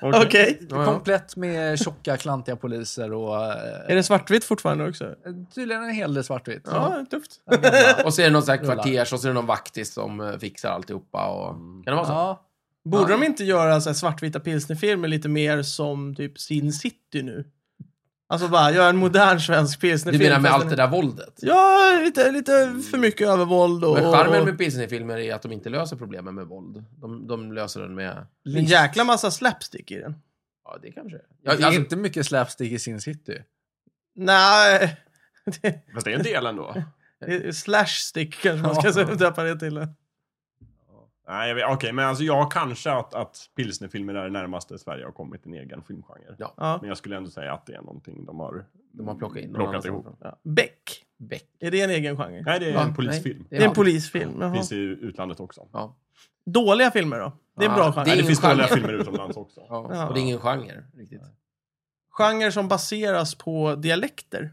Speaker 1: okej.
Speaker 2: Ja, ja.
Speaker 4: komplett med tjocka, klantiga poliser och eh,
Speaker 1: Är det svartvitt fortfarande också?
Speaker 4: tydligen en hel del svartvitt.
Speaker 1: Ja, tufft.
Speaker 4: Den gamla.
Speaker 2: Och så är det någon sån här
Speaker 4: Rullar.
Speaker 2: kvarters och så är det någon vaktis som eh, fixar alltihopa. Och... Kan det vara så?
Speaker 4: Ja.
Speaker 1: Borde de inte göra så här svartvita pilsnerfilmer lite mer som typ Sin City nu? Alltså bara göra en modern svensk
Speaker 2: Du
Speaker 1: pilsnerfilm.
Speaker 2: menar med
Speaker 1: fast
Speaker 2: allt
Speaker 1: den-
Speaker 2: det där våldet?
Speaker 1: Ja, lite, lite för mycket övervåld och...
Speaker 2: Men charmen
Speaker 1: och-
Speaker 2: med pilsnerfilmer är att de inte löser problemen med våld. De, de löser den med...
Speaker 1: Det är en jäkla massa slapstick i den.
Speaker 2: Ja, det kanske är.
Speaker 4: Det
Speaker 2: Ja,
Speaker 4: är
Speaker 2: alltså,
Speaker 4: inte mycket slapstick i Sin City.
Speaker 1: Nej, det,
Speaker 3: Fast det är en del ändå.
Speaker 1: det är slashstick kanske man ska säga, döpa det till.
Speaker 3: Nej, jag vet- okej, men alltså jag kanske att, att pilsnerfilmer är det närmaste Sverige har kommit en egen filmgenre.
Speaker 2: Ja.
Speaker 1: Ja.
Speaker 3: Men jag skulle ändå säga att det är någonting de har...
Speaker 2: de har plockat in någon
Speaker 3: Plockat
Speaker 2: annanstans
Speaker 3: ihop.
Speaker 2: från.
Speaker 1: Ja. Beck,
Speaker 2: Beck.
Speaker 1: är det en egen genre?
Speaker 3: Nej, det är
Speaker 2: Ja,
Speaker 3: en polisfilm.
Speaker 2: nej,
Speaker 1: Det är en
Speaker 2: allt.
Speaker 1: polisfilm. Jaha.
Speaker 3: Finns i utlandet också.
Speaker 2: Ja.
Speaker 1: Dåliga filmer då? Det är en
Speaker 2: Ja,
Speaker 1: bra genre.
Speaker 2: det
Speaker 3: Nej,
Speaker 2: är-
Speaker 3: det
Speaker 2: ingen
Speaker 3: finns dåliga
Speaker 2: genre.
Speaker 3: filmer utomlands också.
Speaker 2: Ja.
Speaker 1: Ja.
Speaker 2: Och det är ingen genre riktigt.
Speaker 1: Genre som baseras på dialekter.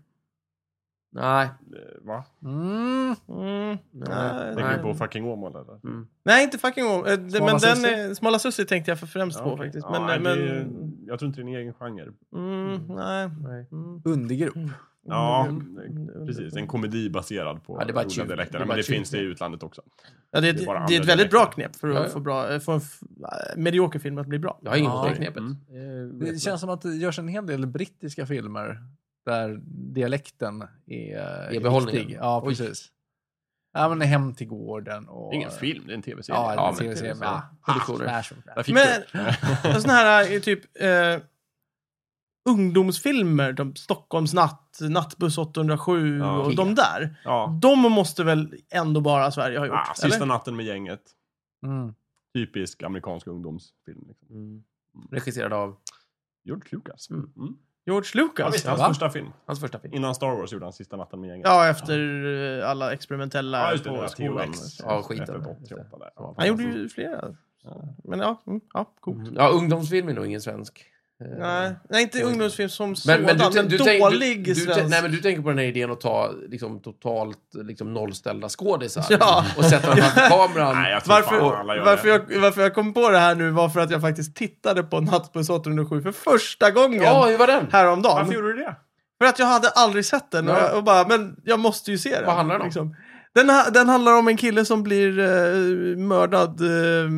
Speaker 2: Nej.
Speaker 3: Eh, Va?
Speaker 4: Mm.
Speaker 1: Mm. Nej,
Speaker 3: Tänker
Speaker 1: nej.
Speaker 3: du på fucking Åmål eller?
Speaker 1: nej, inte fucking om. eh, det-
Speaker 4: Smala
Speaker 1: Men den
Speaker 4: Sussie?
Speaker 1: är, Smala Sussie tänkte jag för främst
Speaker 3: Ja,
Speaker 1: på
Speaker 3: okej.
Speaker 1: faktiskt.
Speaker 3: Ja,
Speaker 1: Men,
Speaker 3: nej,
Speaker 1: men,
Speaker 3: det är- jag tror inte det är en egen genre.
Speaker 1: mm, nej.
Speaker 2: Nej.
Speaker 1: Mm.
Speaker 4: Undergrupp.
Speaker 3: Ja,
Speaker 1: Mm.
Speaker 3: precis. En komedi baserad på
Speaker 2: Ja, det är bara
Speaker 3: olika
Speaker 2: tjuv-
Speaker 3: dialekter.
Speaker 2: det är bara
Speaker 3: men det
Speaker 2: tjuv-
Speaker 3: finns det i utlandet också.
Speaker 1: Ja, det, är,
Speaker 3: Det är bara
Speaker 1: ett- det är
Speaker 3: andra
Speaker 1: ett väldigt bra
Speaker 3: dialekter.
Speaker 1: knäpp för att
Speaker 2: Ja, ja.
Speaker 1: få, bra, eh, få en f- eh, medioker film att bli bra.
Speaker 2: Jag har ingen
Speaker 4: Ja.
Speaker 2: mot det knepet.
Speaker 3: Mm.
Speaker 4: Det känns som att det görs en hel del brittiska filmer där dialekten är,
Speaker 2: Är behållningen.
Speaker 4: viktig. Ja,
Speaker 2: Oj.
Speaker 4: precis. Ja, men Hem till gården och...
Speaker 3: Det är ingen film, det är en tv-serie.
Speaker 4: Ja,
Speaker 2: Ja,
Speaker 4: ja
Speaker 2: men-
Speaker 4: tv-serie. men-
Speaker 2: ja,
Speaker 4: Ah,
Speaker 2: produktioner.
Speaker 4: smash och grab.
Speaker 3: Där fick
Speaker 1: Men-
Speaker 3: du.
Speaker 1: Och Såna här eh, typ eh, ungdomsfilmer, de, Stockholms natt, Nattbuss 807
Speaker 3: Ja.
Speaker 1: och de där.
Speaker 3: ja.
Speaker 1: De måste väl ändå bara Sverige ha gjort?
Speaker 3: ah,
Speaker 1: eller?
Speaker 3: sista natten med gänget.
Speaker 4: Mm.
Speaker 3: Typisk amerikansk ungdomsfilm. Liksom.
Speaker 2: Mm. Regisserad av...
Speaker 3: George Lucas.
Speaker 2: Mm.
Speaker 3: Mm.
Speaker 1: George
Speaker 3: Ja,
Speaker 1: Lucas?
Speaker 3: visst, hans
Speaker 2: va?
Speaker 3: första film.
Speaker 2: Hans första
Speaker 1: Mm.
Speaker 2: film.
Speaker 3: Innan Star Wars gjorde han Sista natten med gänget.
Speaker 1: Ja, efter eh, alla experimentella
Speaker 3: Ja, just det, den
Speaker 1: på
Speaker 3: där
Speaker 1: skolan.
Speaker 3: TOM.
Speaker 2: Ja, skiten.
Speaker 3: Efter 88 där.
Speaker 2: Ja,
Speaker 1: Han gjorde ju flera. Men ja, mm, ja cool.
Speaker 2: Mm. Ja, ungdomsfilm är nog ingen svensk. Eh,
Speaker 1: Nej, nej, inte ungdomsfilm som sådan,
Speaker 2: Men,
Speaker 1: men,
Speaker 2: men, du, tän- du, tänk-
Speaker 1: dålig
Speaker 2: du, du,
Speaker 1: svensk.
Speaker 2: tän- Nej, men du tänker på den här idén att ta liksom, totalt liksom, nollställda skådisar
Speaker 1: Ja.
Speaker 2: och sätta dem framför kameran.
Speaker 3: Nej, jag tror
Speaker 1: varför,
Speaker 3: fan alla gör
Speaker 1: varför,
Speaker 3: det.
Speaker 1: jag, varför jag kom på det här nu var för att jag faktiskt tittade på Nattbuss 807 för första gången
Speaker 2: Ja, hur var den?
Speaker 1: häromdagen.
Speaker 3: Varför gjorde du det?
Speaker 1: För att jag hade aldrig sett den och,
Speaker 2: Nej.
Speaker 1: jag, och bara, men jag måste ju se den.
Speaker 2: Vad handlar den om?
Speaker 1: Liksom. Den, ha- den handlar om en kille som blir eh, mördad. Eh,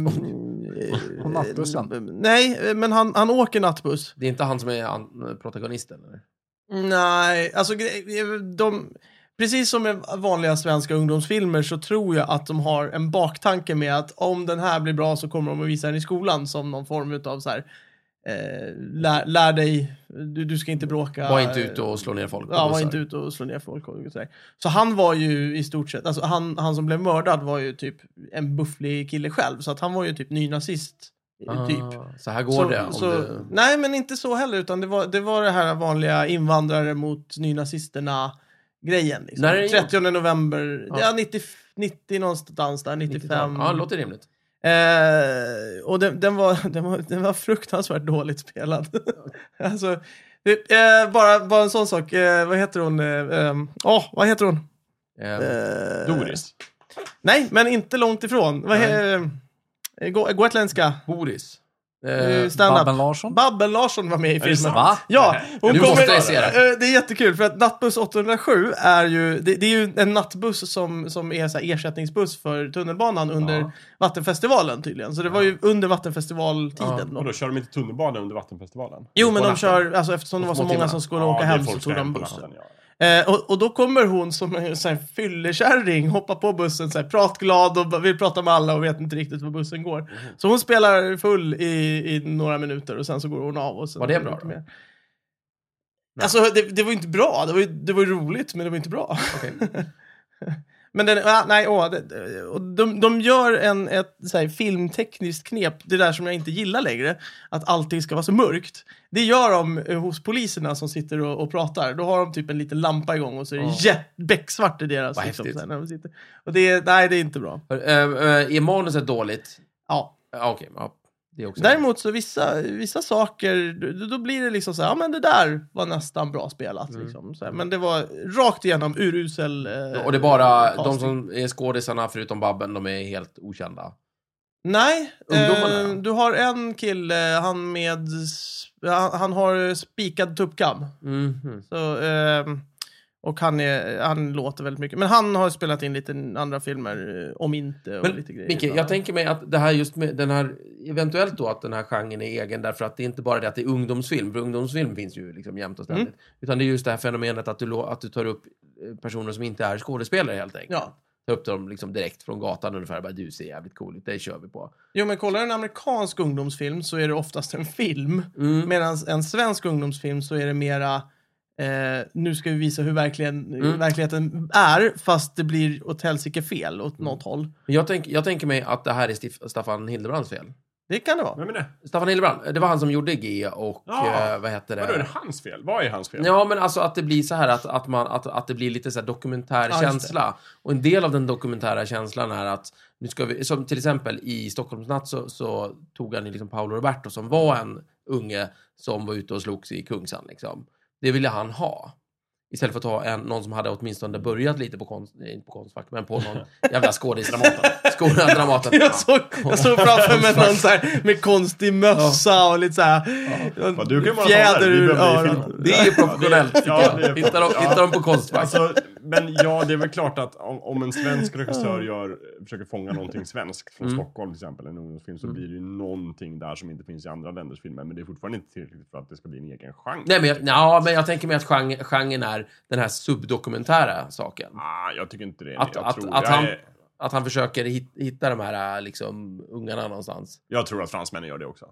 Speaker 4: På nattbussen.
Speaker 1: eh, nej, eh, men han, han åker nattbuss.
Speaker 2: Det är inte han som är an- protagonisten? Eller?
Speaker 1: Nej, alltså gre- de... Precis som med vanliga svenska ungdomsfilmer så tror jag att de har en baktanke med att om den här blir bra så kommer de att visa den i skolan som någon form av så här, eh, lär, lär dig, du, du ska inte bråka.
Speaker 2: Var inte ute och slå ner folk. på
Speaker 1: Ja, var
Speaker 2: bussar.
Speaker 1: inte ute och slå ner folk och sådär. Så han var ju i stort sett, alltså han, han som blev mördad var ju typ en bufflig kille själv, så att han var ju typ nynazist.
Speaker 2: Ah,
Speaker 1: Ah, typ.
Speaker 2: Så här går
Speaker 1: Så,
Speaker 2: det. Om
Speaker 1: så,
Speaker 2: du...
Speaker 1: Nej, men inte så heller, utan det var det, var det här vanliga invandrare mot nynazisterna grejen. Liksom.
Speaker 2: När är det gjort?
Speaker 1: 30 november,
Speaker 2: Ja.
Speaker 1: ja 90, 90 någonstans där, 95.
Speaker 2: Ja, det låter rimligt.
Speaker 1: Eh, och den, den, var, den, var, den var fruktansvärt dåligt spelad. alltså, det, eh, bara, bara en sån sak. Eh, vad heter hon? Eh, ehm, Åh, vad heter hon?
Speaker 2: Eh,
Speaker 1: Eh,
Speaker 3: Doris.
Speaker 1: Nej, men inte långt ifrån. Vad
Speaker 2: Nej.
Speaker 1: he, eh, go, gotländska.
Speaker 2: Boris.
Speaker 1: Eh,
Speaker 2: Eh,
Speaker 1: stand-up.
Speaker 4: Babben Larsson?
Speaker 1: Babben Larsson var med i
Speaker 3: Är det
Speaker 1: filmen.
Speaker 3: sant?
Speaker 4: Va?
Speaker 1: Ja, hon
Speaker 2: Nu
Speaker 1: kommer,
Speaker 2: måste jag se det.
Speaker 1: Eh, det är jättekul för att Nattbuss 807 är ju, det, det är ju en nattbuss som, som är så här ersättningsbuss för tunnelbanan under
Speaker 2: Ja.
Speaker 1: Vattenfestivalen tydligen. Så det var ju under Vattenfestivalltiden.
Speaker 3: Och då kör de inte tunnelbana under Vattenfestivalen?
Speaker 1: Jo, men
Speaker 2: på
Speaker 1: de
Speaker 2: natten.
Speaker 1: kör, alltså eftersom det
Speaker 2: På
Speaker 1: var
Speaker 2: små
Speaker 1: så många
Speaker 2: timmar.
Speaker 1: som skulle
Speaker 3: Ja,
Speaker 1: åka
Speaker 3: det är
Speaker 1: hem så
Speaker 3: folk som
Speaker 1: tog
Speaker 3: är
Speaker 1: de
Speaker 3: på
Speaker 1: bussen.
Speaker 3: natten, ja.
Speaker 1: Eh, och, och då kommer hon som en sån här fyllekärring, hoppar på bussen, så här, pratglad och bara vill prata med alla och vet inte riktigt var bussen går.
Speaker 2: Mm.
Speaker 1: Så hon spelar full i, i några minuter och sen så går hon av. Och sen
Speaker 2: Var det bra då?
Speaker 1: Mer. Alltså, det, det var ju inte bra. Det var ju, det var ju roligt, men det var inte bra.
Speaker 2: Okej.
Speaker 1: Men den, ah, nej, åh, det- det, och de, de gör en, ett så här, filmtekniskt knep, det där som jag inte gillar längre, att allting ska vara så mörkt. Det gör de eh, hos poliserna som sitter och, och pratar. Då har de typ en liten lampa igång och så är det
Speaker 2: Ja.
Speaker 1: jätte- becksvart i deras.
Speaker 2: Vad
Speaker 1: Liksom,
Speaker 2: häftigt.
Speaker 1: så här, när de sitter. Och det är, nej, det är inte bra.
Speaker 2: Hör, eh, eh, är manuset dåligt?
Speaker 1: Ja.
Speaker 2: Ja, Okej, ja. Det är också
Speaker 1: Däremot så vissa, vissa saker, då, då blir det liksom så här, ja men det där var nästan bra spelat.
Speaker 2: Mm.
Speaker 1: Liksom, så här. Men det var rakt igenom urusel. eh,
Speaker 2: Och det är bara de
Speaker 1: casting.
Speaker 2: som är skådisarna, förutom Babben, de är helt okända.
Speaker 1: Nej,
Speaker 2: Ungdomarna,
Speaker 1: eh,
Speaker 2: ja.
Speaker 1: du har en kille, han med, s- han, han har spikad tuppkam. Så, ehm, och han, är, han låter väldigt mycket. Men han har spelat in lite andra filmer, eh, om inte och
Speaker 2: Men
Speaker 1: lite grejer.
Speaker 2: Micke, jag tänker mig att det här just med den här, eventuellt då att den här genren är egen därför att det är inte bara det att det är ungdomsfilm, för ungdomsfilm finns ju liksom jämt och
Speaker 1: Mm.
Speaker 2: ständigt. Utan det är just det här fenomenet att du, lå- att du tar upp eh, personer som inte är skådespelare helt enkelt.
Speaker 1: Ja.
Speaker 2: Ta upp dem liksom direkt från gatan ungefär, bara du ser jävligt cool ut, det kör vi på.
Speaker 1: Jo men kollar du en amerikansk ungdomsfilm så är det oftast en film.
Speaker 2: Mm.
Speaker 1: Medan en svensk ungdomsfilm så är det mera Eh, nu ska vi visa hur verkligen,
Speaker 2: Mm.
Speaker 1: verkligheten är, fast det blir åt helsike fel åt något
Speaker 2: Mm.
Speaker 1: håll.
Speaker 2: Men jag, tänk, jag tänker mig att det här är Stif- Staffan Hildebrands fel.
Speaker 1: Det kan det vara.
Speaker 3: Vem är det?
Speaker 2: Staffan Hildebrand, det var han som gjorde G och
Speaker 3: Ja.
Speaker 2: eh, vad heter det?
Speaker 3: Vadå, är det hans fel? Vad är hans fel?
Speaker 2: Ja, men alltså att det blir så här att, att, man, att, att det blir lite så här dokumentär
Speaker 1: Ja, just
Speaker 2: känsla. Och en del av den dokumentära känslan är att, nu ska vi, som till exempel i Stockholmsnatt så, så tog han ju liksom Paolo Roberto som var en unge som var ute och slogs i Kungsan. Liksom. Det ville han ha. Istället för att ha en, någon som hade åtminstone börjat lite på konst, nej, inte på konstfack, men på någon jävla skådis. Skådis, Dramaten.
Speaker 1: Jag såg, jag såg framför mig någon så här, med konstig mössa och lite så här,
Speaker 3: Ja, du kan ju bara tala
Speaker 1: fjäder
Speaker 3: där. Vi
Speaker 1: ur
Speaker 3: behöver ju
Speaker 1: öronen.
Speaker 3: filmen.
Speaker 2: Det är ju professionellt. tycker
Speaker 3: Ja, det är-
Speaker 2: jag. Hittar de, hittar de på konstfack.
Speaker 3: Alltså, men ja, det är väl klart att om, om en svensk regissör gör, försöker fånga någonting svenskt
Speaker 2: Mm.
Speaker 3: från Stockholm till exempel, en ungdomsfilm, så blir det ju någonting där som inte finns i andra länders filmer. Men det är fortfarande inte tillräckligt för att det ska bli en egen genre.
Speaker 2: Nej, men jag, ja, men jag tänker mig att genre, genren är den här subdokumentära saken.
Speaker 3: Ah, jag tycker inte det.
Speaker 2: Att,
Speaker 3: jag,
Speaker 2: att,
Speaker 3: tror,
Speaker 2: att,
Speaker 3: jag,
Speaker 2: han,
Speaker 3: är,
Speaker 2: att han försöker hit- hitta de här liksom, ungarna någonstans.
Speaker 3: jag tror att fransmännen gör det också.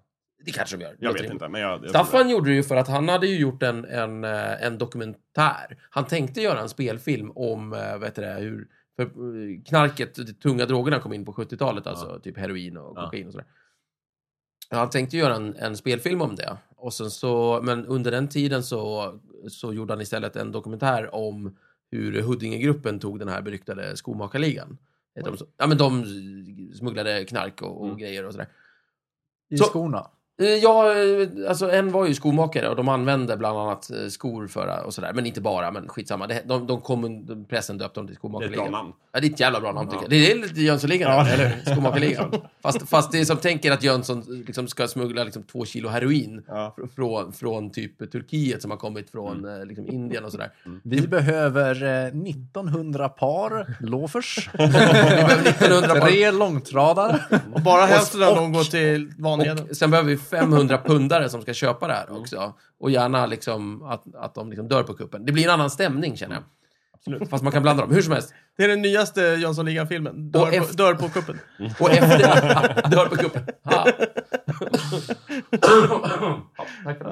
Speaker 2: Det kanske de gör.
Speaker 3: Jag
Speaker 2: Låter
Speaker 3: vet
Speaker 2: rimligt.
Speaker 3: inte. Men jag, jag tror
Speaker 2: Staffan gjorde det ju för att han hade ju gjort en, en, eh, en dokumentär. Han tänkte göra en spelfilm om eh, vad heter det, hur för eh, knarket, de tunga drogerna kom in på 70-talet, alltså typ heroin och
Speaker 3: Ja.
Speaker 2: kokain och sådär. Ja, Han tänkte göra en, en spelfilm om det. Och sen så, men under den tiden så, så gjorde han istället en dokumentär om hur Huddingegruppen tog den här beryktade skomakarligan. Heter De, så- ja, men de smugglade knark och,
Speaker 3: Mm.
Speaker 2: och grejer och sådär.
Speaker 4: I
Speaker 2: Så-
Speaker 4: skorna.
Speaker 2: Eh, Ja, eh, alltså en var ju skomakare och de använde bland annat eh, skor för och sådär. Men inte bara, men skitsamma. Det- De, de kom, un- pressen döpte dem till
Speaker 3: Det är ett bra
Speaker 2: skomakarligan.
Speaker 3: namn.
Speaker 2: Ja, det är ett jävla bra namn tycker jag. Det är lite Jönssonligan, ja. eller hur? Skomakarligan. Fast, fast det är som tänker att Jönsson liksom ska smuggla liksom två kilo heroin
Speaker 3: Ja. Mm.
Speaker 2: fr- från, från typ Turkiet som har kommit från eh, liksom Indien och sådär.
Speaker 4: Vi behöver eh, 1900 par loafers.
Speaker 2: Vi behöver 1900 par
Speaker 4: Tre långtradar.
Speaker 1: Och bara hälften av dem går till Vanheden.
Speaker 2: Och sen behöver vi 500 pundare som ska köpa det här också. Och gärna liksom att, att de liksom dör på kuppen. Det blir en annan stämning känner jag. Fast man kan blanda dem hur som helst.
Speaker 1: Det är den nyaste Jönssonligan-filmen.
Speaker 2: Och
Speaker 1: Dör, på-
Speaker 2: efter-
Speaker 1: dör på kuppen.
Speaker 2: Och efter... dör på kuppen. Ha. Ja, tack för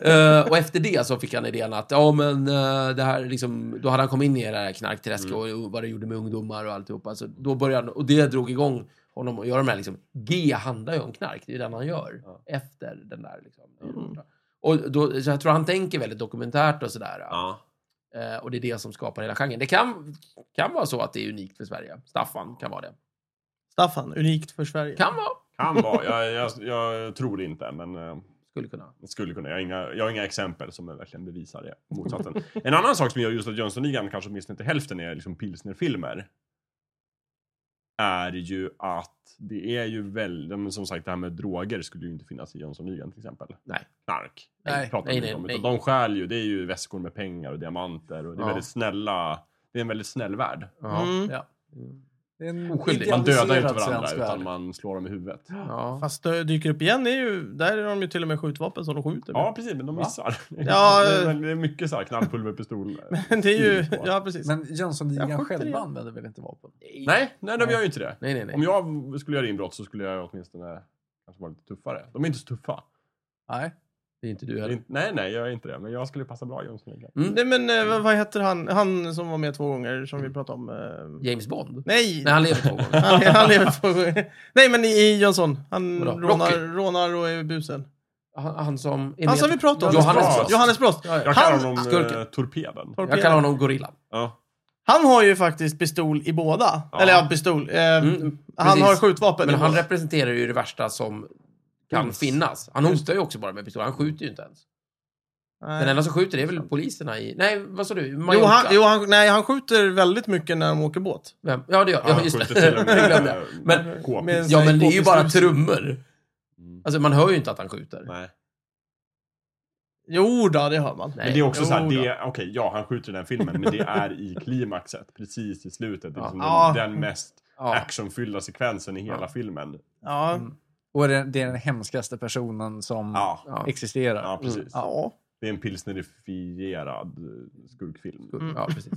Speaker 2: det. Eh, och efter det så fick han idén att ja, men, eh, det här liksom, då hade han kommit in i det här knarkträsket och vad det gjorde med ungdomar och alltihopa. Så då började han, och det drog igång honom att göra de här liksom, G handlar ju om knark, det är ju det han gör efter den där. Liksom, och då, så jag tror han tänker väldigt dokumentärt och sådär.
Speaker 3: Ja.
Speaker 2: Eh, och det är det som skapar hela genren. Det kan, kan vara så att det är unikt för Sverige. Staffan kan vara det.
Speaker 1: Staffan, unikt för Sverige.
Speaker 2: Kan vara.
Speaker 3: Kan vara. Jag, jag, jag tror inte, men eh,
Speaker 2: Skulle kunna.
Speaker 3: det skulle kunna. Jag har, inga, jag har inga exempel som verkligen bevisar det. Motsatsen. en annan sak som gör just att Jönssonligan kanske åtminstone inte hälften är liksom pilsnerfilmer är ju att det är ju väldigt, men som sagt det här med droger skulle ju inte finnas i Jönssonligan till exempel.
Speaker 2: Nej.
Speaker 3: Knark.
Speaker 2: Nej,
Speaker 3: pratar
Speaker 2: nej,
Speaker 3: vi inte
Speaker 2: nej,
Speaker 3: om,
Speaker 2: nej.
Speaker 3: utan de stjäl ju, det är ju väskor med pengar och diamanter och det är
Speaker 2: Ja.
Speaker 3: väldigt snälla, det är en väldigt snäll värld.
Speaker 2: Ja.
Speaker 1: Mm.
Speaker 4: Ja. Det är en
Speaker 2: Oskyldig.
Speaker 3: Man dödar ju inte
Speaker 4: idealiserad
Speaker 3: varandra
Speaker 4: svensk
Speaker 3: utan
Speaker 4: värld.
Speaker 3: man slår dem i huvudet.
Speaker 2: Ja.
Speaker 1: Fast det dyker upp igen, det är ju, där är de ju till och med skjutvapen som de skjuter med.
Speaker 3: Ja, precis, men de missar.
Speaker 1: Ja,
Speaker 3: det, är, det är mycket så här knallpulverpistol.
Speaker 1: Men det är ju, ja precis.
Speaker 4: Men
Speaker 1: Jag
Speaker 4: Jönssonligan
Speaker 1: skjuter
Speaker 4: själva
Speaker 1: igen.
Speaker 4: använder väl inte vapen?
Speaker 3: Nej, nej, de gör ju inte det.
Speaker 2: Nej, nej, nej.
Speaker 3: Om jag skulle göra inbrott så skulle jag åtminstone kanske vara lite tuffare. De är inte så tuffa.
Speaker 4: Nej.
Speaker 2: Det är inte du
Speaker 3: Det är
Speaker 2: heller.
Speaker 3: inte- Nej, nej, jag är inte det. Men jag skulle passa bra i Jönssonligan.
Speaker 1: Nej men eh, vad- vad heter han, han som var med två gånger som vi
Speaker 3: Mm.
Speaker 1: pratade om? eh,
Speaker 2: James Bond?
Speaker 1: Nej!
Speaker 2: Nej, han lever två gånger.
Speaker 1: Han, han lever två gånger. Nej men i, i Johnson, han
Speaker 2: Vadå?
Speaker 1: rånar,
Speaker 2: Rocky?
Speaker 1: rånar och är busen.
Speaker 2: Han, han som... är
Speaker 1: Han
Speaker 2: med-
Speaker 1: som Alltså, vi pratade om.
Speaker 2: Johannes
Speaker 3: Brost.
Speaker 2: Brost.
Speaker 1: Johannes Brost.
Speaker 2: Ja, ja.
Speaker 3: Jag kallar
Speaker 1: Han-
Speaker 3: honom eh,
Speaker 2: skurken.
Speaker 3: Torpeden.
Speaker 2: Jag kallar honom Gorilla.
Speaker 3: Ja.
Speaker 1: Han har ju faktiskt pistol i båda.
Speaker 3: Ja.
Speaker 1: Eller ja, pistol. Eh,
Speaker 2: Mm,
Speaker 1: han
Speaker 2: precis.
Speaker 1: har skjutvapen
Speaker 2: Men
Speaker 1: i
Speaker 2: han
Speaker 1: båda.
Speaker 2: representerar ju det värsta som kan finnas. Han hotar ju också bara med pistol. Han skjuter ju inte ens. Den
Speaker 1: Nej.
Speaker 2: enda som skjuter är väl poliserna i... Nej, vad sa du?
Speaker 1: Jo,
Speaker 2: Mallorca?
Speaker 1: han, jo han, nej, han skjuter väldigt mycket när de åker båt.
Speaker 2: Vem? Ja, det gör
Speaker 3: Ja,
Speaker 2: ja,
Speaker 3: han
Speaker 2: just
Speaker 3: skjuter till
Speaker 2: det. Jag glömde.
Speaker 3: en
Speaker 2: Men-
Speaker 3: eh, kåp.
Speaker 1: Med-
Speaker 2: Ja, men det är ju bara trummor.
Speaker 3: Mm.
Speaker 2: Alltså, man hör ju inte att han skjuter.
Speaker 3: Nej.
Speaker 1: Jo då, det hör man.
Speaker 2: Nej.
Speaker 3: Men det är också
Speaker 1: Jo
Speaker 3: såhär,
Speaker 1: då.
Speaker 3: okej, ja han skjuter i den filmen, men det är i klimaxet, precis i slutet. Det
Speaker 2: Ja.
Speaker 3: är liksom
Speaker 1: Ja.
Speaker 3: den, den mest
Speaker 2: Ja.
Speaker 3: actionfyllda sekvensen i hela
Speaker 2: Ja.
Speaker 3: filmen.
Speaker 1: Ja.
Speaker 4: Och det är, det är den hemskaste personen som
Speaker 3: Ja,
Speaker 2: Ja. Mm.
Speaker 4: existerar.
Speaker 3: ja precis.
Speaker 1: ja.
Speaker 3: Det är en pilsnerifierad eh, skurkfilm.
Speaker 2: ja, precis.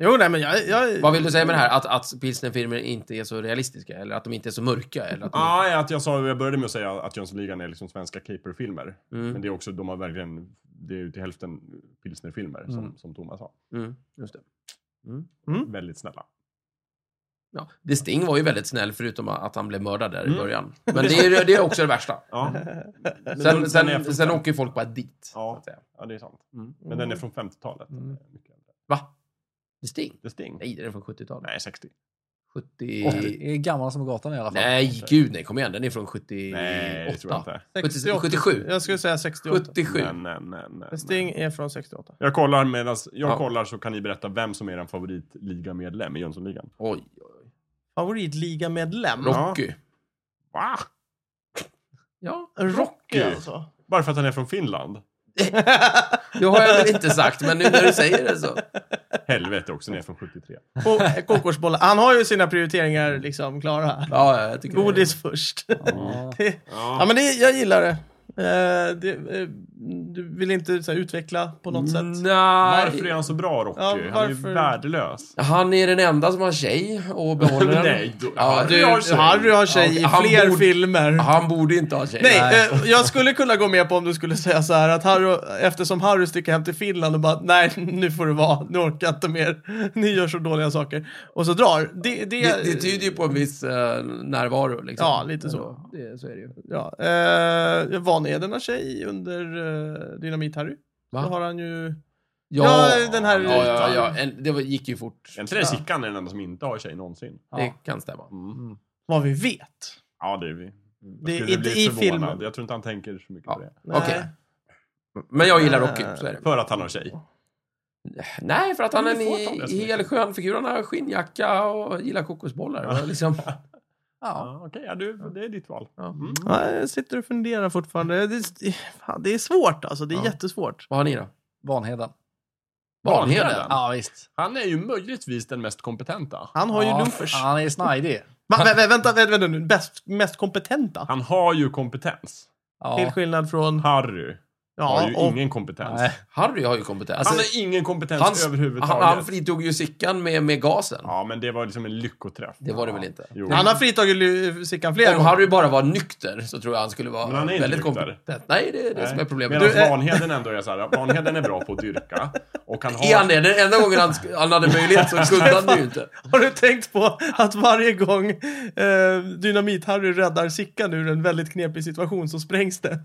Speaker 1: Jo, nej men jag... jag
Speaker 2: Vad vill du säga med det här? Att, att pilsnerfilmer inte är så realistiska? Eller att de inte är så mörka? Eller att de...
Speaker 3: Nej, att jag, sa, jag började med att säga att Jönssonligan är liksom svenska caperfilmer.
Speaker 2: Mm.
Speaker 3: Men det är också, de har verkligen, det är ju till hälften pilsnerfilmer som, som Thomas sa.
Speaker 2: Mm, just det. Mm.
Speaker 3: Väldigt snälla.
Speaker 2: Ja. det. Sting var ju väldigt snäll förutom att han blev mördad där i
Speaker 3: Mm.
Speaker 2: början. Men det är, ju- det är också det värsta.
Speaker 3: Ja, Men de-
Speaker 2: Sen,
Speaker 3: den är
Speaker 2: sen,
Speaker 3: från
Speaker 2: sen
Speaker 3: fem-
Speaker 2: åker ju folk bara dit.
Speaker 3: Ja.
Speaker 2: Så att säga.
Speaker 3: ja, det är sant.
Speaker 2: Mm.
Speaker 3: Men den är från 50-talet.
Speaker 4: Mm.
Speaker 3: Mycket äldre.
Speaker 2: Va? Det är Sting?
Speaker 3: The Sting?
Speaker 2: Nej, den är från 70-talet.
Speaker 3: Nej, 60.
Speaker 2: 70...
Speaker 4: Är gammal som gatan i alla fall.
Speaker 2: Nej, gud nej. Kom igen. Den är från 78.
Speaker 3: Nej, det tror jag inte.
Speaker 1: 68.
Speaker 2: 77.
Speaker 1: Jag skulle säga 68.
Speaker 2: 77.
Speaker 3: Nej, nej, nej, nej, nej.
Speaker 1: Sting är från 68.
Speaker 3: Jag kollar medan jag
Speaker 2: Ja.
Speaker 3: kollar så kan ni berätta vem som är er favoritligamedlem i Jönssonligan.
Speaker 2: Oj,
Speaker 1: Favoritligamedlem?
Speaker 2: Rocky.
Speaker 3: Va?
Speaker 2: Ja.
Speaker 1: Rocky alltså?
Speaker 3: Bara för att han är från Finland?
Speaker 2: det har jag väl inte sagt, men nu när du säger det så.
Speaker 3: Helvete också, ni är från 73.
Speaker 1: Och kokosbollar. Han har ju sina prioriteringar liksom klara.
Speaker 2: Ja, jag tycker det.
Speaker 1: Godis först.
Speaker 4: Ja.
Speaker 1: Det- ja men det, jag gillar det. Eh, det eh, du vill inte så här, utveckla på något
Speaker 2: Mm,
Speaker 1: sätt?
Speaker 3: Varför är
Speaker 2: Nej.
Speaker 3: han så bra Rocky?
Speaker 1: Ja,
Speaker 3: Han är
Speaker 1: varför-
Speaker 3: ju värdelös.
Speaker 2: Han är den enda som har tjej och behåller den.
Speaker 3: Nej, då-
Speaker 2: ja,
Speaker 3: Harry
Speaker 2: du,
Speaker 3: har tjej.
Speaker 1: Harry har tjej
Speaker 2: Ja,
Speaker 1: i
Speaker 2: han
Speaker 1: fler
Speaker 2: borde-
Speaker 1: filmer.
Speaker 2: Han borde inte ha tjej.
Speaker 1: Nej, eh, jag skulle kunna gå med på om du skulle säga så här att Harry, eftersom Harry sticker hem till Finland och bara nej, nu får det vara, nu orkar jag inte mer, ni gör så dåliga saker. Och så drar. Det, det,
Speaker 2: Det, det tyder ju på en viss eh, närvaro. Liksom.
Speaker 1: Ja, lite så.
Speaker 2: Ändå. Det, så är det ju.
Speaker 1: Ja, eh, Vanheden har tjej under eh, Dynamit-Harry.
Speaker 2: Va?
Speaker 1: Då har han ju...
Speaker 2: Ja,
Speaker 1: Ja, den här
Speaker 2: ja, ja,
Speaker 1: rutan.
Speaker 2: ja. En, det var, gick ju fort.
Speaker 3: Egentligen är Sickan den enda som inte har tjej någonsin.
Speaker 2: Det kan stämma.
Speaker 3: Mm.
Speaker 1: Vad vi vet.
Speaker 3: Ja, det är vi.
Speaker 1: Det är
Speaker 3: Skulle
Speaker 1: inte
Speaker 3: bli
Speaker 1: i
Speaker 3: förvånad.
Speaker 1: filmen.
Speaker 3: Jag tror inte han tänker så mycket
Speaker 2: Ja.
Speaker 3: på det.
Speaker 1: Nej.
Speaker 2: Okej. Men jag gillar Rocky,
Speaker 1: Eh.
Speaker 2: så är det.
Speaker 3: För att han har tjej.
Speaker 2: Nej, för att han är en
Speaker 3: Men du får ta det så
Speaker 2: i-
Speaker 3: mycket.
Speaker 2: hel skön figur. Han har skinnjacka och gillar kokosbollar. Och liksom, ja.
Speaker 3: Ja, Okej, ja, du, det är ditt val.
Speaker 2: Ja.
Speaker 3: Mm.
Speaker 1: Ja, jag sitter och funderar fortfarande. Det, det, fan, det är svårt alltså, det är
Speaker 2: Ja.
Speaker 1: jättesvårt.
Speaker 2: Vad har ni då?
Speaker 4: Vanheden.
Speaker 2: Vanheden?
Speaker 3: Vanheden.
Speaker 4: Ja, visst.
Speaker 3: Han är ju möjligtvis den mest kompetenta.
Speaker 1: Han har
Speaker 4: ja,
Speaker 1: ju loopers.
Speaker 4: Han är snajdig.
Speaker 1: Va, vä, vä, vänta, vänta, vänta nu. Bäst, mest kompetenta.
Speaker 3: Han har ju kompetens.
Speaker 1: Till
Speaker 4: Ja.
Speaker 1: skillnad från...
Speaker 3: Harry har
Speaker 1: Ja,
Speaker 3: ju
Speaker 1: och,
Speaker 3: ingen kompetens.
Speaker 4: Nej.
Speaker 2: Harry har ju kompetens.
Speaker 3: Han har ingen kompetens
Speaker 2: Hans-
Speaker 3: överhuvudtaget.
Speaker 2: han, han fritog ju Sickan med, med gasen.
Speaker 3: Ja, men det var liksom en lyckoträff.
Speaker 2: Det var det väl inte?
Speaker 3: Jo.
Speaker 1: han har fritagit Lu- Sickan flera
Speaker 2: Om
Speaker 1: gånger.
Speaker 2: Harry bara var nykter så tror jag han skulle vara
Speaker 3: Men han är inte
Speaker 2: väldigt
Speaker 3: nykter.
Speaker 2: kompetent. Nej, det är det som är problemet.
Speaker 3: Medan
Speaker 1: Du, eh,
Speaker 3: Vanheden ändå är så här, Vanheden är bra på att dyrka. Och han har...
Speaker 2: Är han det? Den enda gången han, sk- han hade möjlighet så kunde han ju inte.
Speaker 1: Har du tänkt på att varje gång eh, Dynamit-Harry räddar Sickan ur en väldigt knepig situation så sprängs den.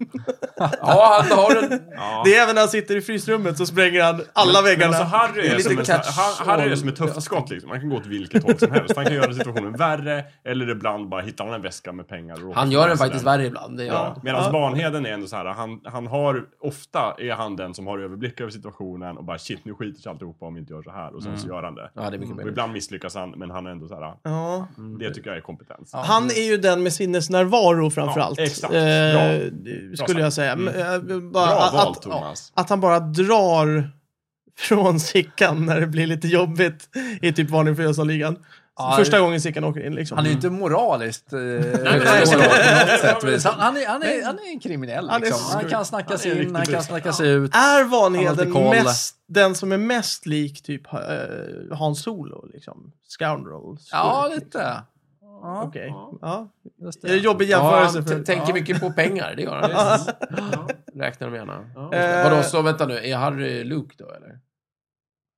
Speaker 2: Ja, han har en...
Speaker 3: Ja.
Speaker 1: Det är även när han sitter i frysrummet så spränger han alla
Speaker 3: Men
Speaker 1: väggarna.
Speaker 3: alltså Harry
Speaker 2: Det är
Speaker 3: är,
Speaker 2: lite
Speaker 3: som en, sån här-
Speaker 2: catch
Speaker 3: han- Harry är
Speaker 2: all-
Speaker 3: som ett tufft skott liksom. Han kan gå åt vilket håll som helst. Han kan göra situationen värre, eller ibland bara hittar han en väska med pengar och råkar
Speaker 2: Han gör den
Speaker 3: lösa
Speaker 2: faktiskt värre ibland. Det gör han.
Speaker 3: Medan
Speaker 1: Ja.
Speaker 3: Vanheden är ändå så här, han, han har, ofta är han den som har överblick över situationen och bara shit nu skiter sig alltihopa om vi inte gör så här och sen så gör han det.
Speaker 2: Mm. Ja, det är mycket
Speaker 3: Och
Speaker 2: möjligt. Mm.
Speaker 3: ibland misslyckas han men han är ändå så här,
Speaker 1: Ja.
Speaker 3: det tycker jag är kompetens.
Speaker 1: Han är ju den med sinnesnärvaro framförallt.
Speaker 3: Ja, exakt.
Speaker 1: Eh,
Speaker 3: Bra. sagt. Mm.
Speaker 1: skulle jag säga. Men, eh, bara
Speaker 3: Bra
Speaker 1: att-
Speaker 3: val
Speaker 1: att,
Speaker 3: Thomas.
Speaker 1: att han bara drar från Sickan när det blir lite jobbigt i typ Varning för Jönssonligan.
Speaker 4: Ja,
Speaker 1: Första gången Sickan åker in liksom.
Speaker 4: Han är ju inte moraliskt eh,
Speaker 3: nej.
Speaker 4: dålig på något sätt. vis. Han, han, är, han, är, han är en kriminell.
Speaker 1: Han är
Speaker 4: Liksom. Han
Speaker 1: skurk.
Speaker 4: kan snacka sig
Speaker 3: Han är
Speaker 4: in, han
Speaker 3: riktigt
Speaker 4: kan snacka sig ut.
Speaker 1: Är
Speaker 4: Han har
Speaker 1: Vanheden
Speaker 4: lite koll.
Speaker 1: mest, den som är mest lik typ eh, Hans Solo? Liksom? Scoundrel? skurk,
Speaker 4: Ja,
Speaker 1: liksom.
Speaker 4: lite.
Speaker 1: Okej. Ja.
Speaker 4: Just
Speaker 1: Det är en
Speaker 4: det.
Speaker 1: jobbig
Speaker 2: Ja,
Speaker 1: jämförelse.
Speaker 2: han
Speaker 1: för,
Speaker 2: t- tänker mycket på pengar, det gör han. Räknar de gärna.
Speaker 1: Eh.
Speaker 2: Vadå, så vänta nu, är Harry Luke då eller?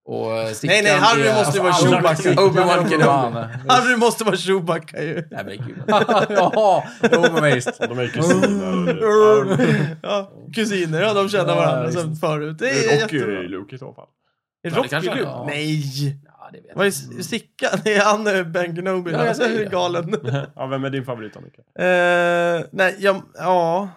Speaker 2: Och eh, Sickan
Speaker 1: Nej, nej, Harry
Speaker 2: är...
Speaker 1: måste ju vara
Speaker 2: Alltså,
Speaker 1: Chewbacca.
Speaker 2: Obi-Wan Kenobi.
Speaker 1: Harry måste vara Chewbacca ju.
Speaker 2: Nej, men gud.
Speaker 4: ja, jo men visst.
Speaker 3: Och de är kusiner.
Speaker 1: ja, kusiner, ja de känner
Speaker 4: Ja,
Speaker 1: varandra
Speaker 4: visst.
Speaker 1: sedan förut. Det är
Speaker 3: Och
Speaker 1: jättebra.
Speaker 3: eh, Luke i så fall.
Speaker 1: Är
Speaker 2: det
Speaker 1: Rocky
Speaker 2: kanske han
Speaker 1: Luke?
Speaker 2: är, ja.
Speaker 1: Nej!
Speaker 2: Ja, det vet jag.
Speaker 1: Vad är S- Sickan? Är han eh, Ben Kenobi?
Speaker 2: Ja,
Speaker 1: Ja,
Speaker 2: jag
Speaker 1: alltså,
Speaker 2: säger
Speaker 1: hur
Speaker 2: det.
Speaker 1: galen?
Speaker 3: Ja, vem är din favorit Annika?
Speaker 1: Eh, nej, jag, ja...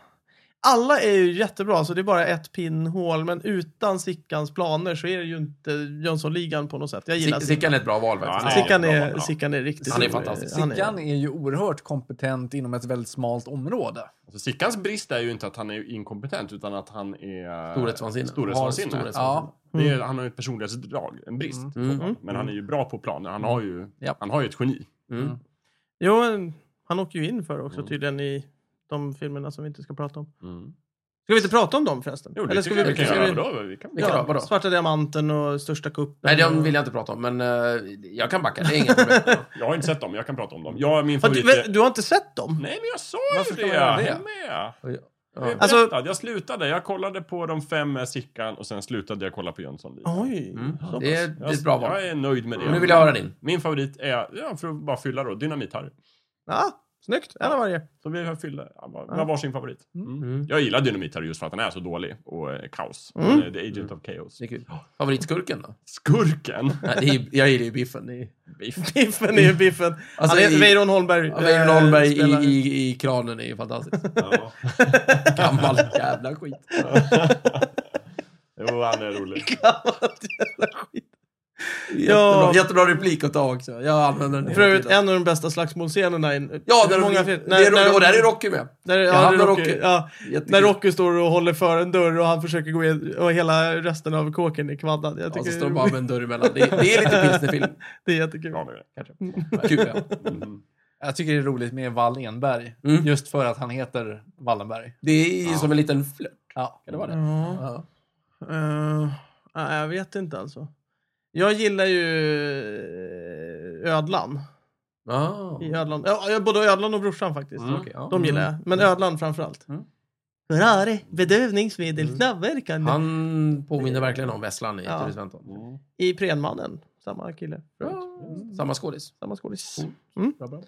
Speaker 1: Alla är ju jättebra, så det är bara ett pinnhål. Men utan Sickans planer så är det ju inte Jönssonligan på något sätt. Jag gillar
Speaker 2: Sick- Sickan är ett bra val faktiskt.
Speaker 3: Ja, nej.
Speaker 1: Sickan
Speaker 3: Ja,
Speaker 1: är,
Speaker 3: bra.
Speaker 1: Sickan är riktigt...
Speaker 2: Han är fantastisk.
Speaker 1: han är-
Speaker 4: Sickan är ju oerhört kompetent inom ett väldigt smalt område.
Speaker 3: Alltså, Sickans brist är ju inte att han är inkompetent utan att han är...
Speaker 2: Storhetsvansinne.
Speaker 3: Storhetsvansinne.
Speaker 2: Har storhetsvansinne.
Speaker 4: Ja,
Speaker 3: Det är, han har ju ett personlighetsdrag, en brist.
Speaker 2: Mm.
Speaker 3: så klart. Men han är ju bra på planer. Han har ju,
Speaker 4: Japp.
Speaker 3: han har ju ett geni.
Speaker 2: Mm.
Speaker 1: Jo, men han åker ju in för också tydligen i de filmerna som vi inte ska prata om. Ska vi inte prata om dem förresten?
Speaker 3: Jo, det
Speaker 1: Eller ska
Speaker 3: tycker
Speaker 1: vi,
Speaker 3: jag vi kan
Speaker 1: ska
Speaker 3: göra.
Speaker 1: vi-
Speaker 3: Vadå? Vi kan,
Speaker 2: Vilka då? Vadå?
Speaker 1: Svarta Diamanten och Största Kuppen.
Speaker 2: Nej, de
Speaker 1: och-
Speaker 2: vill jag inte prata om, men eh, jag kan backa. Det är inga problem.
Speaker 3: Jag har inte sett dem, jag kan prata om dem. Jag är min
Speaker 1: Fan,
Speaker 3: favorit...
Speaker 1: du, du har inte sett dem?
Speaker 3: Nej, men jag sa
Speaker 2: Varför
Speaker 3: ju
Speaker 2: ska
Speaker 3: det!
Speaker 2: man göra det?
Speaker 3: Jag är med!
Speaker 2: Ja.
Speaker 3: Jag,
Speaker 1: Alltså-
Speaker 3: alltså, jag slutade. Jag kollade på de fem med Sickan och sen slutade jag kolla på Jönssonligan.
Speaker 1: Oj.
Speaker 2: Mm. Det är det är
Speaker 3: Jag,
Speaker 2: ett bra val.
Speaker 3: jag är nöjd med det.
Speaker 2: Nu vill jag höra din.
Speaker 3: Min favorit är, ja, för att bara fylla då, Dynamit-Harry.
Speaker 1: Ja, snyggt. En av varje.
Speaker 3: Så vi har fyllde, ja, var var sin favorit. Mm. Jag gillar Dynamit Harry just för att han är så dålig och eh, kaos. Han är The Agent of Chaos.
Speaker 2: Det är kul. Favoritskurken då?
Speaker 3: Skurken!
Speaker 2: Nej, det är, jag gillar ju Biffen. Det är,
Speaker 1: Biffen är ju Biffen.
Speaker 2: Alltså,
Speaker 1: han heter
Speaker 2: i-
Speaker 1: Weiron Holmberg.
Speaker 2: ja, Weiron
Speaker 1: eh,
Speaker 2: Holmberg i,
Speaker 1: spelar-
Speaker 2: i, i kranen är ju fantastisk.
Speaker 3: ja.
Speaker 2: Gammal jävla skit.
Speaker 3: Jo, han är rolig.
Speaker 2: Jättebra,
Speaker 1: Ja,
Speaker 2: jättebra replik att ta också. Jag använder den
Speaker 1: för
Speaker 2: hela
Speaker 1: övrigt
Speaker 2: tiden.
Speaker 1: en av de bästa slagsmålscenerna. i-
Speaker 2: Ja,
Speaker 1: hur
Speaker 2: där,
Speaker 1: många fler-
Speaker 2: många det är Rocky, och där är Rocky med.
Speaker 1: Där,
Speaker 2: Ja,
Speaker 1: ja, det är
Speaker 2: men
Speaker 1: Rocky,
Speaker 2: Rocky.
Speaker 1: Ja,
Speaker 2: Jättekul.
Speaker 1: när Rocky står och håller för en dörr och han försöker gå in och hela resten av kåken är kvaddad. Jag
Speaker 2: Ja, så
Speaker 1: tycker
Speaker 2: står de bara med en dörr emellan. Det, är- det är lite pilsnerfilm.
Speaker 1: det är jättekul.
Speaker 3: Ja, nu är det.
Speaker 2: Kul, ja.
Speaker 3: Mhm.
Speaker 4: jag tycker det är roligt med Wallenberg.
Speaker 2: Mm.
Speaker 4: Just för att han heter Wallenberg.
Speaker 2: Det är ju som en liten flört
Speaker 3: bort.
Speaker 4: Ja.
Speaker 3: Kan det vara det?
Speaker 1: Ja.
Speaker 4: Ja.
Speaker 1: Eh, nej, jag vet inte alltså. Jag gillar ju eh, Ödlan.
Speaker 2: Ah.
Speaker 1: I Ödlan. Ja, ja, både Ödlan och brorsan faktiskt.
Speaker 3: Mm.
Speaker 2: Okej, ja.
Speaker 1: De gillar jag, men Ödlan framförallt.
Speaker 4: Mm.
Speaker 1: Ferrari, bedövningsmedel, snabbverkande.
Speaker 2: Mm. Han påminner verkligen om Vesslan i
Speaker 1: Ja.
Speaker 2: Ture Sventon.
Speaker 3: Mm.
Speaker 1: I Prenmannen, samma kille.
Speaker 2: Bra. Samma skådis.
Speaker 1: Samma skådis.
Speaker 2: Mm.
Speaker 1: Mm.
Speaker 2: Bra, bra.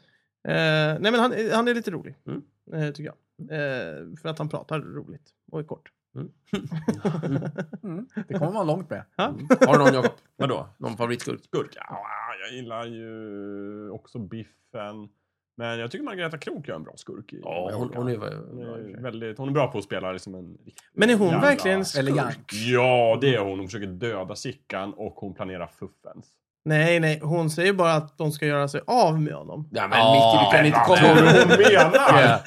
Speaker 1: Eh, nej men han, han är lite rolig,
Speaker 2: Mm.
Speaker 1: eh, tycker jag. Eh, för att han pratar roligt och är kort.
Speaker 4: Mm. Det kommer man långt med.
Speaker 2: Har du någon, Jakob?
Speaker 3: Vadå?
Speaker 2: Någon favoritskurk?
Speaker 3: Skurk? Ja, jag gillar ju också Biffen. Men jag tycker Margareta Krook gör en bra skurk. I
Speaker 2: Ja, hon, hon är väl...
Speaker 3: Hon är, väldigt, hon är bra på att spela liksom en...
Speaker 1: Men är hon
Speaker 3: Jävla
Speaker 1: verkligen skurk?
Speaker 4: Elegant.
Speaker 3: Ja, det är hon. Hon försöker döda Sickan och hon planerar fuffens.
Speaker 1: Nej, nej. Hon säger bara att de ska göra sig av med honom.
Speaker 2: Ja, men
Speaker 4: Ja,
Speaker 2: Micke, du kan inte
Speaker 3: Vad
Speaker 2: komma
Speaker 3: tror
Speaker 2: ihåg
Speaker 3: du hon menar?
Speaker 4: Ja.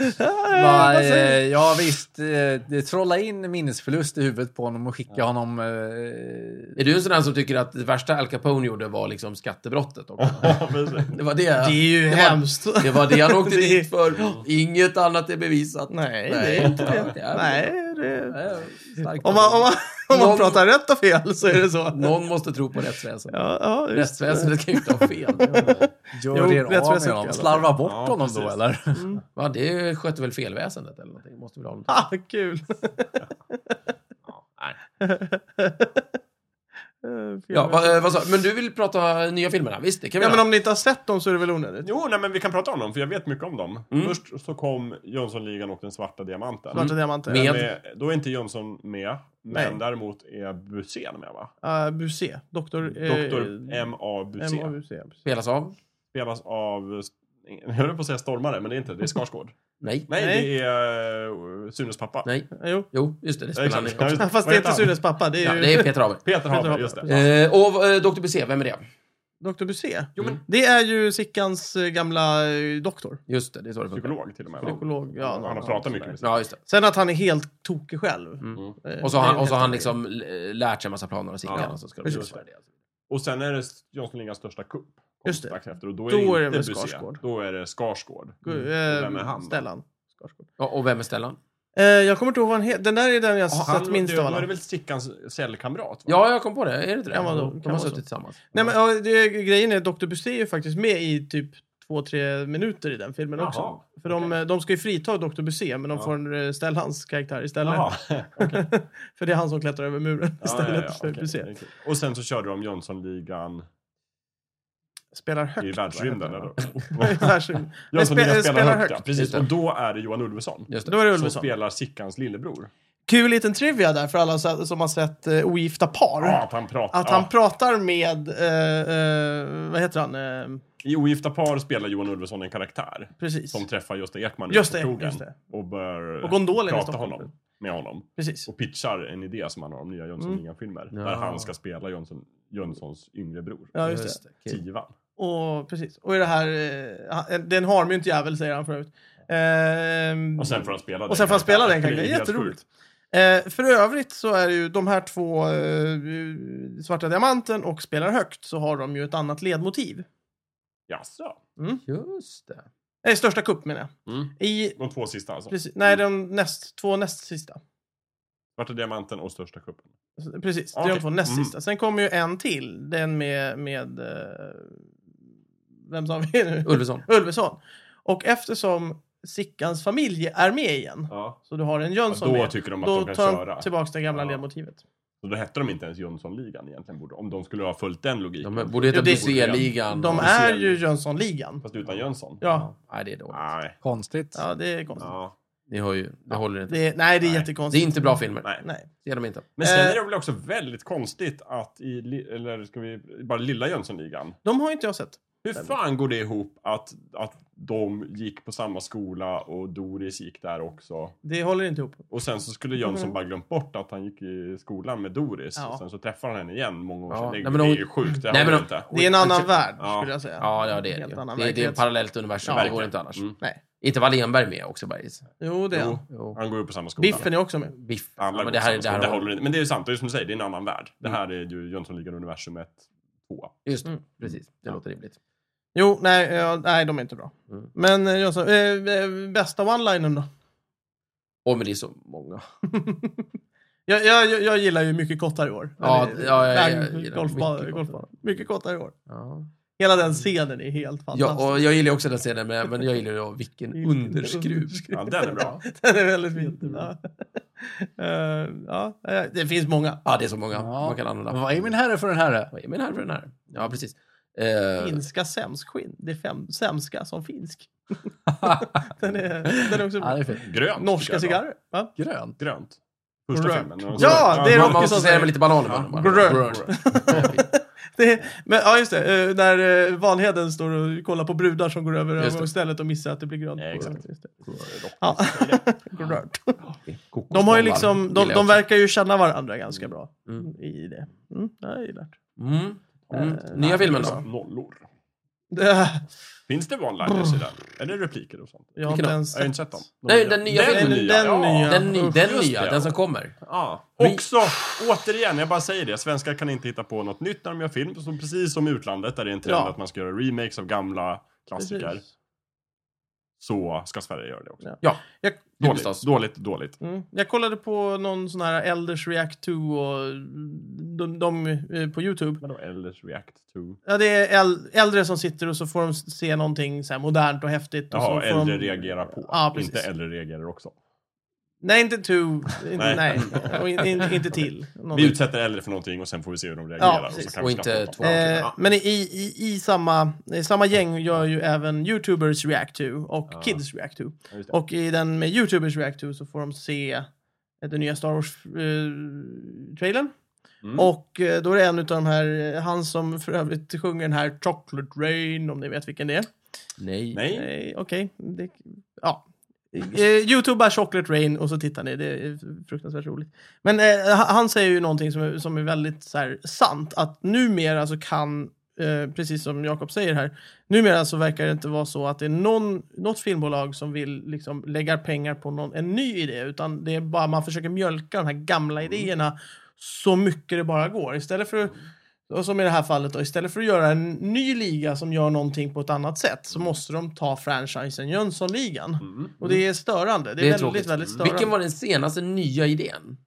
Speaker 4: Va, eh, ja visst, eh, det- trolla in minnesförlust i huvudet på honom och skicka honom... Eh,
Speaker 2: Är du en sån där som tycker att det värsta Al Capone gjorde var liksom skattebrottet? Också?
Speaker 3: Ja, precis.
Speaker 2: Det var det.
Speaker 1: Det är ju
Speaker 2: det var-
Speaker 1: hemskt.
Speaker 2: Det var det han åkte
Speaker 1: Det-
Speaker 2: dit för. Inget annat är bevisat.
Speaker 1: Nej, det är inte det. Nej, det...
Speaker 2: Starkt.
Speaker 1: Om man, om man, om man
Speaker 2: Någon-
Speaker 1: pratar rätt och fel så är det så.
Speaker 2: Någon måste tro på rättsväsendet.
Speaker 1: Ja, ja, just det.
Speaker 2: Rättsväsendet kan ju inte ha fel.
Speaker 4: gör
Speaker 1: Jo,
Speaker 4: er
Speaker 1: rätt vad
Speaker 4: av
Speaker 1: jag
Speaker 4: med
Speaker 1: tycker i
Speaker 4: honom.
Speaker 1: alla fall.
Speaker 4: Slarva bort
Speaker 3: Ja,
Speaker 4: honom då
Speaker 3: precis.
Speaker 4: eller?
Speaker 1: Mm.
Speaker 2: Va, det sköter väl felväsendet eller någonting? Måste väl ha något.
Speaker 1: Ah, kul!
Speaker 2: nej.
Speaker 1: Eh, fel.
Speaker 2: Ja, vad, eh, vad sa, men du vill prata nya filmerna? Visst, det kan vi
Speaker 1: ja, men
Speaker 2: göra.
Speaker 1: om ni inte har sett dem så är det väl onödigt?
Speaker 3: Jo, nej, men vi kan prata om dem, för jag vet mycket om dem.
Speaker 2: Mm.
Speaker 3: Först så kom Jönssonligan och den svarta diamanten.
Speaker 1: Svarta diamanter.
Speaker 2: Med-
Speaker 3: Mm. Med, då är inte Jönsson med, men
Speaker 1: Nej.
Speaker 3: däremot är Busén med va?
Speaker 1: Uh, Busé. Doktor... eh,
Speaker 3: Doktor M.A.
Speaker 1: M.A.
Speaker 3: Busé.
Speaker 1: Busé. precis.
Speaker 2: Spelas av?
Speaker 3: Spelas av, jag höll på att säga Stormare, men det är inte det, det är Skarsgård.
Speaker 2: Nej.
Speaker 3: Nej,
Speaker 1: Nej.
Speaker 3: det är eh, Sunes pappa.
Speaker 2: Nej.
Speaker 1: Eh, Jo.
Speaker 2: Jo, just det. Det
Speaker 3: Ja,
Speaker 2: spelar han
Speaker 3: exakt.
Speaker 2: i också.
Speaker 3: Ja, just det.
Speaker 1: Fast
Speaker 3: Vad
Speaker 1: det är
Speaker 3: heter
Speaker 1: inte
Speaker 3: han?
Speaker 1: Sunes pappa. Det är
Speaker 2: Ja,
Speaker 1: ju
Speaker 2: det är Peter Haber.
Speaker 3: Peter
Speaker 1: Haber,
Speaker 3: Haber, just
Speaker 1: precis.
Speaker 3: det.
Speaker 2: Eh, och eh, Dr. Busé, vem är det?
Speaker 1: Dr. Busé.
Speaker 3: Jo, men-
Speaker 1: Det är ju Sickans eh, gamla eh, doktor.
Speaker 2: Just det, det är så det funkar.
Speaker 3: Psykolog till och med. va?
Speaker 1: Psykolog. Ja,
Speaker 3: han har
Speaker 1: någon-
Speaker 3: pratat mycket med Mm. sig.
Speaker 2: Ja, just det.
Speaker 1: Sen att han är helt tokig själv. Eh,
Speaker 2: Och så har
Speaker 1: det är
Speaker 2: han, och
Speaker 1: helt
Speaker 2: så har han
Speaker 1: okej.
Speaker 2: liksom l- lärt sig en massa planer och sickan.
Speaker 3: Ja,
Speaker 2: och så ska de
Speaker 1: precis.
Speaker 2: göra det.
Speaker 3: Och sen är det Jönssonligans största kupp. kom
Speaker 1: Just det.
Speaker 3: strax Efter, och då är det, då är det
Speaker 1: väl
Speaker 3: inte Skarsgård.
Speaker 1: Skarsgård.
Speaker 3: Då är det Skarsgård. Mm.
Speaker 1: Gu- eh,
Speaker 3: Vem är han då?
Speaker 1: Stellan. Skarsgård.
Speaker 2: Ja, och vem är Stellan?
Speaker 1: Eh, jag kommer inte ihåg vad han heter. Den där är den jag
Speaker 3: Ja,
Speaker 1: sett minst
Speaker 3: det,
Speaker 1: av
Speaker 3: då är det
Speaker 1: alla.
Speaker 3: väl Sickans cellkamrat? va?
Speaker 2: Ja, jag kom på det. Är det inte det?
Speaker 1: Kan vara-
Speaker 2: de
Speaker 1: kan
Speaker 2: har
Speaker 1: vara
Speaker 2: suttit
Speaker 1: så.
Speaker 2: tillsammans.
Speaker 1: Nej, men, ja, det, grejen är att Dr. Busé är ju faktiskt med i typ två, tre minuter i den filmen
Speaker 3: Jaha,
Speaker 1: också. För de, eh, de ska ju frita Dr. Busé, men de
Speaker 3: Ja.
Speaker 1: får eh, Stellans karaktär istället.
Speaker 3: Jaha.
Speaker 1: För det är han som klättrar över muren istället för
Speaker 3: okej,
Speaker 1: Busé.
Speaker 3: det är kul. Och sen så körde de Jönssonligan
Speaker 1: Spelar
Speaker 3: i
Speaker 1: högt.
Speaker 3: världsrymden. eller?
Speaker 1: Världsrymden. Nej, spe,
Speaker 3: Jönssonligan
Speaker 1: spelar,
Speaker 3: spelar högt,
Speaker 1: högt.
Speaker 3: ja.
Speaker 2: Just
Speaker 3: Precis.
Speaker 2: det.
Speaker 3: Och då är det Johan Ulveson.
Speaker 2: Just
Speaker 1: Då
Speaker 2: det.
Speaker 1: är det
Speaker 3: Som
Speaker 1: Ulveson.
Speaker 3: spelar Sickans lillebror.
Speaker 1: Kul liten trivia där för alla så- som har sett eh, Ogifta par.
Speaker 3: Ja, att han pratar.
Speaker 1: Att han
Speaker 3: ja.
Speaker 1: pratar med, eh, eh, vad heter han, eh,
Speaker 3: I Ogifta par spelar Johan Ulveson en karaktär.
Speaker 1: precis.
Speaker 3: Som träffar Gösta Ekman ute
Speaker 1: Just
Speaker 3: på
Speaker 1: det,
Speaker 3: krogen.
Speaker 1: just det.
Speaker 3: Och börjar
Speaker 1: Och gondolen i
Speaker 3: prata
Speaker 1: Stockholm.
Speaker 3: honom, med honom.
Speaker 1: precis.
Speaker 3: Och pitchar en idé som han har om
Speaker 1: Mm.
Speaker 3: nya Jönssonligan-filmer.
Speaker 2: Ja.
Speaker 3: Där han ska spela Jönsson, Jönssons yngre bror.
Speaker 1: Ja, just, det.
Speaker 2: Okej.
Speaker 3: Tivan.
Speaker 1: Och, precis. och i det här, eh, han- det är en harmynt jävel säger han förut. Eh,
Speaker 3: Och sen får han spela
Speaker 1: och sen får han spela den karaktären.
Speaker 3: Det är helt
Speaker 1: Jätteroligt.
Speaker 3: sjukt.
Speaker 1: Eh, för övrigt så är det ju de här två, eh, Svarta Diamanten och Spelar Högt, så har de ju ett annat ledmotiv.
Speaker 3: Jaså?
Speaker 2: Just det.
Speaker 1: Nej, Eh, Största Kupp menar jag.
Speaker 3: Mm.
Speaker 1: I,
Speaker 3: De två sista alltså.
Speaker 1: precis, nej, de näst, två näst sista.
Speaker 3: Svarta diamanten och största kuppen.
Speaker 1: Precis, det är
Speaker 3: Okej.
Speaker 1: de två näst
Speaker 3: Mm.
Speaker 1: sista. Sen kommer ju en till, den med... med eh, vem sa vi nu?
Speaker 2: Ulveson.
Speaker 1: Ulveson. Och eftersom Sickans familj är med igen,
Speaker 3: Ja.
Speaker 1: så du har en Jönsson
Speaker 3: Ja, då
Speaker 1: med,
Speaker 3: tycker de att
Speaker 1: då
Speaker 3: de kan
Speaker 1: tar
Speaker 3: köra.
Speaker 1: tillbaka det gamla
Speaker 3: Ja.
Speaker 1: ledmotivet.
Speaker 3: Så då hette de inte ens Jönssonligan egentligen. Borde, om de skulle ha följt den logiken.
Speaker 2: De borde heta
Speaker 1: Ja, det-
Speaker 2: Busé-ligan.
Speaker 1: De
Speaker 2: och-
Speaker 1: är
Speaker 3: ser
Speaker 1: ju
Speaker 3: ju-
Speaker 1: Jönssonligan.
Speaker 3: Fast utan Jönsson.
Speaker 1: Ja.
Speaker 2: Nej, det är dåligt.
Speaker 3: Nej.
Speaker 4: Konstigt.
Speaker 1: ja, det är konstigt.
Speaker 3: Ja.
Speaker 2: Ni hör ju, det håller inte.
Speaker 1: Det är, nej, det är
Speaker 3: Nej.
Speaker 2: Det är
Speaker 1: jättekonstigt.
Speaker 2: inte bra filmer.
Speaker 3: Nej.
Speaker 1: Nej.
Speaker 2: Det är de inte.
Speaker 3: Men sen
Speaker 1: Eh.
Speaker 3: är det väl också väldigt konstigt att i, li- eller ska vi, bara lilla Jönssonligan.
Speaker 1: De har inte jag sett.
Speaker 3: Hur fan går det ihop att, att de gick på samma skola och Doris gick där också?
Speaker 1: Det håller inte ihop.
Speaker 3: Och sen så skulle Jönsson
Speaker 1: Mm.
Speaker 3: bara glömt bort att han gick i skolan med Doris.
Speaker 1: Ja.
Speaker 3: Och sen så träffar han henne igen många år
Speaker 2: Ja,
Speaker 3: senare.
Speaker 2: nej,
Speaker 3: Det,
Speaker 2: men
Speaker 3: det är
Speaker 2: hon-
Speaker 3: ju sjukt, det
Speaker 2: Nej,
Speaker 3: håller
Speaker 2: men hon-
Speaker 3: inte.
Speaker 1: Det är en annan värld,
Speaker 3: Ja.
Speaker 1: skulle jag säga.
Speaker 2: Ja, ja, det är det
Speaker 1: Helt
Speaker 2: ju.
Speaker 1: annan
Speaker 2: Det, är- det är ett
Speaker 1: verklighet.
Speaker 2: parallellt universum.
Speaker 1: Ja.
Speaker 2: det går inte annars.
Speaker 3: Mm.
Speaker 1: Nej.
Speaker 2: Inte Wallenberg med också, bergis.
Speaker 1: Jo, det är han.
Speaker 2: Jo.
Speaker 3: Han går ju på samma skola.
Speaker 1: Biffen är också med.
Speaker 2: Biff. Ja,
Speaker 3: Alla
Speaker 2: men
Speaker 3: går
Speaker 2: det
Speaker 3: på
Speaker 2: här,
Speaker 3: samma
Speaker 2: det
Speaker 3: skola.
Speaker 2: här
Speaker 3: det håller inte. Men det är ju sant, det är som du säger, det är en annan värld. Det här är ju Jönssonligan universumet 2.
Speaker 2: Just
Speaker 1: Mm.
Speaker 2: precis. Det låter rimligt.
Speaker 1: Jo, nej, ja, nej, de är inte bra.
Speaker 2: Mm.
Speaker 1: Men eh, Jönsson, eh, eh, bästa one-linen då?
Speaker 2: Åh, men det är så många.
Speaker 1: Jag, jag, jag- jag gillar ju mycket kottar i år.
Speaker 2: Ja,
Speaker 1: Eller,
Speaker 2: ja, ja, ja,
Speaker 1: nej,
Speaker 2: jag gillar
Speaker 1: golfbana-
Speaker 2: mycket
Speaker 1: golfbana. Mycket kottar i år.
Speaker 2: Ja.
Speaker 1: Hela den scenen är helt
Speaker 2: Ja,
Speaker 1: fantastisk.
Speaker 2: och jag gillar ju också den scenen, men, men jag gillar ju då vilken
Speaker 1: Vilken
Speaker 2: underskruv.
Speaker 1: underskruv.
Speaker 3: Ja, den är bra.
Speaker 1: Den är väldigt fin. Ja. Eh, ja, eh, det finns många.
Speaker 2: Ja, det är så många man kan använda.
Speaker 4: Vad är min herre för den herre?
Speaker 2: Vad är min här för den här? Ja, precis. Eh,
Speaker 1: Finska sämskskinn. Det är fem, sämska som finsk. den, är, den är också
Speaker 4: Ja,
Speaker 1: bra.
Speaker 4: det är
Speaker 2: Eh,
Speaker 4: fint.
Speaker 3: Grönt. tycker
Speaker 1: Norska
Speaker 3: jag är bra.
Speaker 1: cigarrer. Va?
Speaker 4: Grönt.
Speaker 3: Grönt. Första
Speaker 1: Rökt.
Speaker 3: filmen. Och så-
Speaker 1: Ja, det är
Speaker 3: man-
Speaker 1: Rocky
Speaker 2: man måste
Speaker 1: som
Speaker 2: säga
Speaker 1: säger-
Speaker 2: det med lite bananer bara. bara.
Speaker 1: Grönt.
Speaker 2: Grönt.
Speaker 1: Det är, men, ja, just det. Eh, när eh, Vanheden står och kollar på brudar som går över
Speaker 2: Just det.
Speaker 1: övergångsstället och missar att det blir grönt.
Speaker 3: Nej,
Speaker 1: på-
Speaker 3: exakt.
Speaker 1: just det.
Speaker 3: Rocky.
Speaker 1: Ja. Grönt. De har ju liksom, de, de verkar ju känna varandra ganska bra
Speaker 2: Mm.
Speaker 1: i det. Mm, jag gillar det.
Speaker 2: Mm.
Speaker 3: Eh,
Speaker 2: Mm. Nya filmen då?
Speaker 3: Nollor.
Speaker 1: det.
Speaker 3: Finns det one-liners i den? Är det repliker och sånt?
Speaker 1: Jag har
Speaker 2: Vilken
Speaker 1: inte
Speaker 2: då?
Speaker 1: ens
Speaker 3: Jag har inte sett dem.
Speaker 2: Nej, den nya
Speaker 3: Den
Speaker 2: filmen.
Speaker 3: nya,
Speaker 1: Den
Speaker 3: ja.
Speaker 1: nya.
Speaker 2: Den, ny,
Speaker 1: Usch,
Speaker 2: den
Speaker 3: just
Speaker 2: nya,
Speaker 3: det.
Speaker 2: den som kommer.
Speaker 3: Ja.
Speaker 2: Vi-
Speaker 3: Också, återigen, jag bara säger det. Svenskar kan inte hitta på något nytt när de gör film. Så precis som i utlandet där det är en trend
Speaker 1: Ja.
Speaker 3: att man ska göra remakes av gamla klassiker.
Speaker 1: Precis.
Speaker 3: Så ska Sverige göra det också.
Speaker 1: Ja.
Speaker 2: Ja,
Speaker 1: Jag,
Speaker 3: Dåligt,
Speaker 2: Förstås.
Speaker 3: dåligt, dåligt.
Speaker 1: mm, jag kollade på någon sån här Elders React 2 och de, de eh, på YouTube.
Speaker 3: Men då Elders React 2.
Speaker 1: Ja, det är äl- äldre som sitter och så får de se någonting så här modernt och häftigt. och så
Speaker 3: Jaha,
Speaker 1: får
Speaker 3: äldre
Speaker 1: de...
Speaker 3: reagerar på.
Speaker 1: Ja, precis.
Speaker 3: inte äldre reagerar också.
Speaker 1: Nej, inte to. Inte,
Speaker 3: Nej.
Speaker 1: nej, och in, in, inte till.
Speaker 3: Vi utsätter äldre för någonting och sen får vi se hur de
Speaker 1: Ja,
Speaker 3: reagerar. och, så
Speaker 1: precis.
Speaker 3: kan
Speaker 2: Och
Speaker 3: vi
Speaker 2: inte
Speaker 3: skratta åt
Speaker 2: två.
Speaker 3: dem.
Speaker 1: Eh, men i, i, i samma, i samma gäng gör ju även YouTubers React to och
Speaker 3: Ja.
Speaker 1: Kids React to.
Speaker 3: Ja, just det.
Speaker 1: Och i den med YouTubers React to så får de se eh, den nya Star Wars-trailern.
Speaker 3: Mm.
Speaker 1: Och eh, då är det en av de här, eh, han som för övrigt sjunger den här Chocolate Rain, om ni vet vilken det är.
Speaker 2: Nej.
Speaker 3: Nej,
Speaker 1: Eh, Okej, det- ja. Eh, Youtuba Chocolate Rain och så tittar ni, det är fruktansvärt roligt. Men eh, ha- han säger ju någonting som är, som är väldigt så här, sant, att numera så kan, eh, precis som Jakob säger här, numera så verkar det inte vara så att det är någon, något filmbolag som vill liksom, lägga pengar på någon, en ny idé, utan det är bara man försöker mjölka de här gamla idéerna så mycket det bara går. Istället för att och som i det här fallet då, istället för att göra en ny liga som gör någonting på ett annat sätt så måste de ta franchisen Jönssonligan.
Speaker 3: Mm.
Speaker 1: Och det är störande. Det är,
Speaker 2: Det är
Speaker 1: väldigt,
Speaker 2: tråkigt.
Speaker 1: väldigt störande.
Speaker 2: Vilken var den senaste nya idén?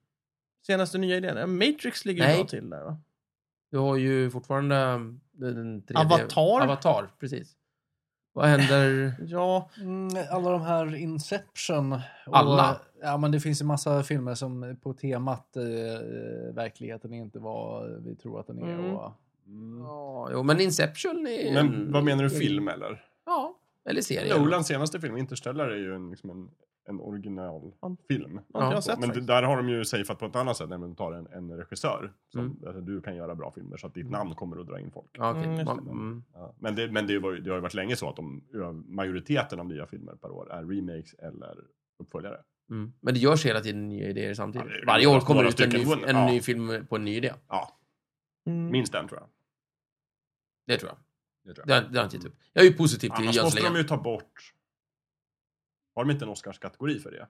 Speaker 1: Senaste nya idén? Ja, Matrix ligger ju
Speaker 2: Nej.
Speaker 1: bra till där va?
Speaker 2: Du har ju fortfarande um, den tredje...
Speaker 1: Avatar.
Speaker 2: Avatar, precis. Vad händer?
Speaker 1: Ja,
Speaker 4: Mm, alla de här Inception. och-
Speaker 2: Alla?
Speaker 4: Ja, men det finns ju massa filmer som på temat eh, verkligheten är inte vad vi tror att den är.
Speaker 1: Mm.
Speaker 4: Och,
Speaker 2: Ja, jo, men Inception är...
Speaker 3: men vad menar du film eller?
Speaker 2: Ja, eller serie.
Speaker 3: Nolans senaste film, Interstellar, är ju en, liksom en, en originalfilm.
Speaker 1: något jag
Speaker 2: Ja,
Speaker 1: har sett
Speaker 3: Men det,
Speaker 1: faktiskt.
Speaker 3: där har de ju safeat på ett annat sätt, nämligen att ta en, en regissör. Som,
Speaker 2: Mm.
Speaker 3: alltså, du kan göra bra filmer så att ditt namn kommer att dra in folk.
Speaker 2: Ja, okej.
Speaker 1: Mm, just det.
Speaker 2: Man- mm.
Speaker 3: Ja. Men, det, men det, var, ju- det har ju varit länge så att de, majoriteten av nya filmer per år är remakes eller uppföljare.
Speaker 2: Mm. Men det görs hela tiden nya idéer
Speaker 3: Ja, det
Speaker 2: samtidigt.
Speaker 3: är-
Speaker 2: Varje år kommer
Speaker 3: några
Speaker 2: det ut en, ny,
Speaker 3: stycken vunnit,
Speaker 2: en
Speaker 3: ja.
Speaker 2: ny film på en ny idé.
Speaker 3: Ja,
Speaker 1: Mm.
Speaker 3: minst den tror jag.
Speaker 2: Det tror jag.
Speaker 3: Det tror
Speaker 2: Det
Speaker 3: jag.
Speaker 2: har, det har inte gett upp. Jag är ju positiv till
Speaker 3: Annars måste
Speaker 2: Jönssonligan.
Speaker 3: de ju ta bort... Har de inte en Oscarskategori för det?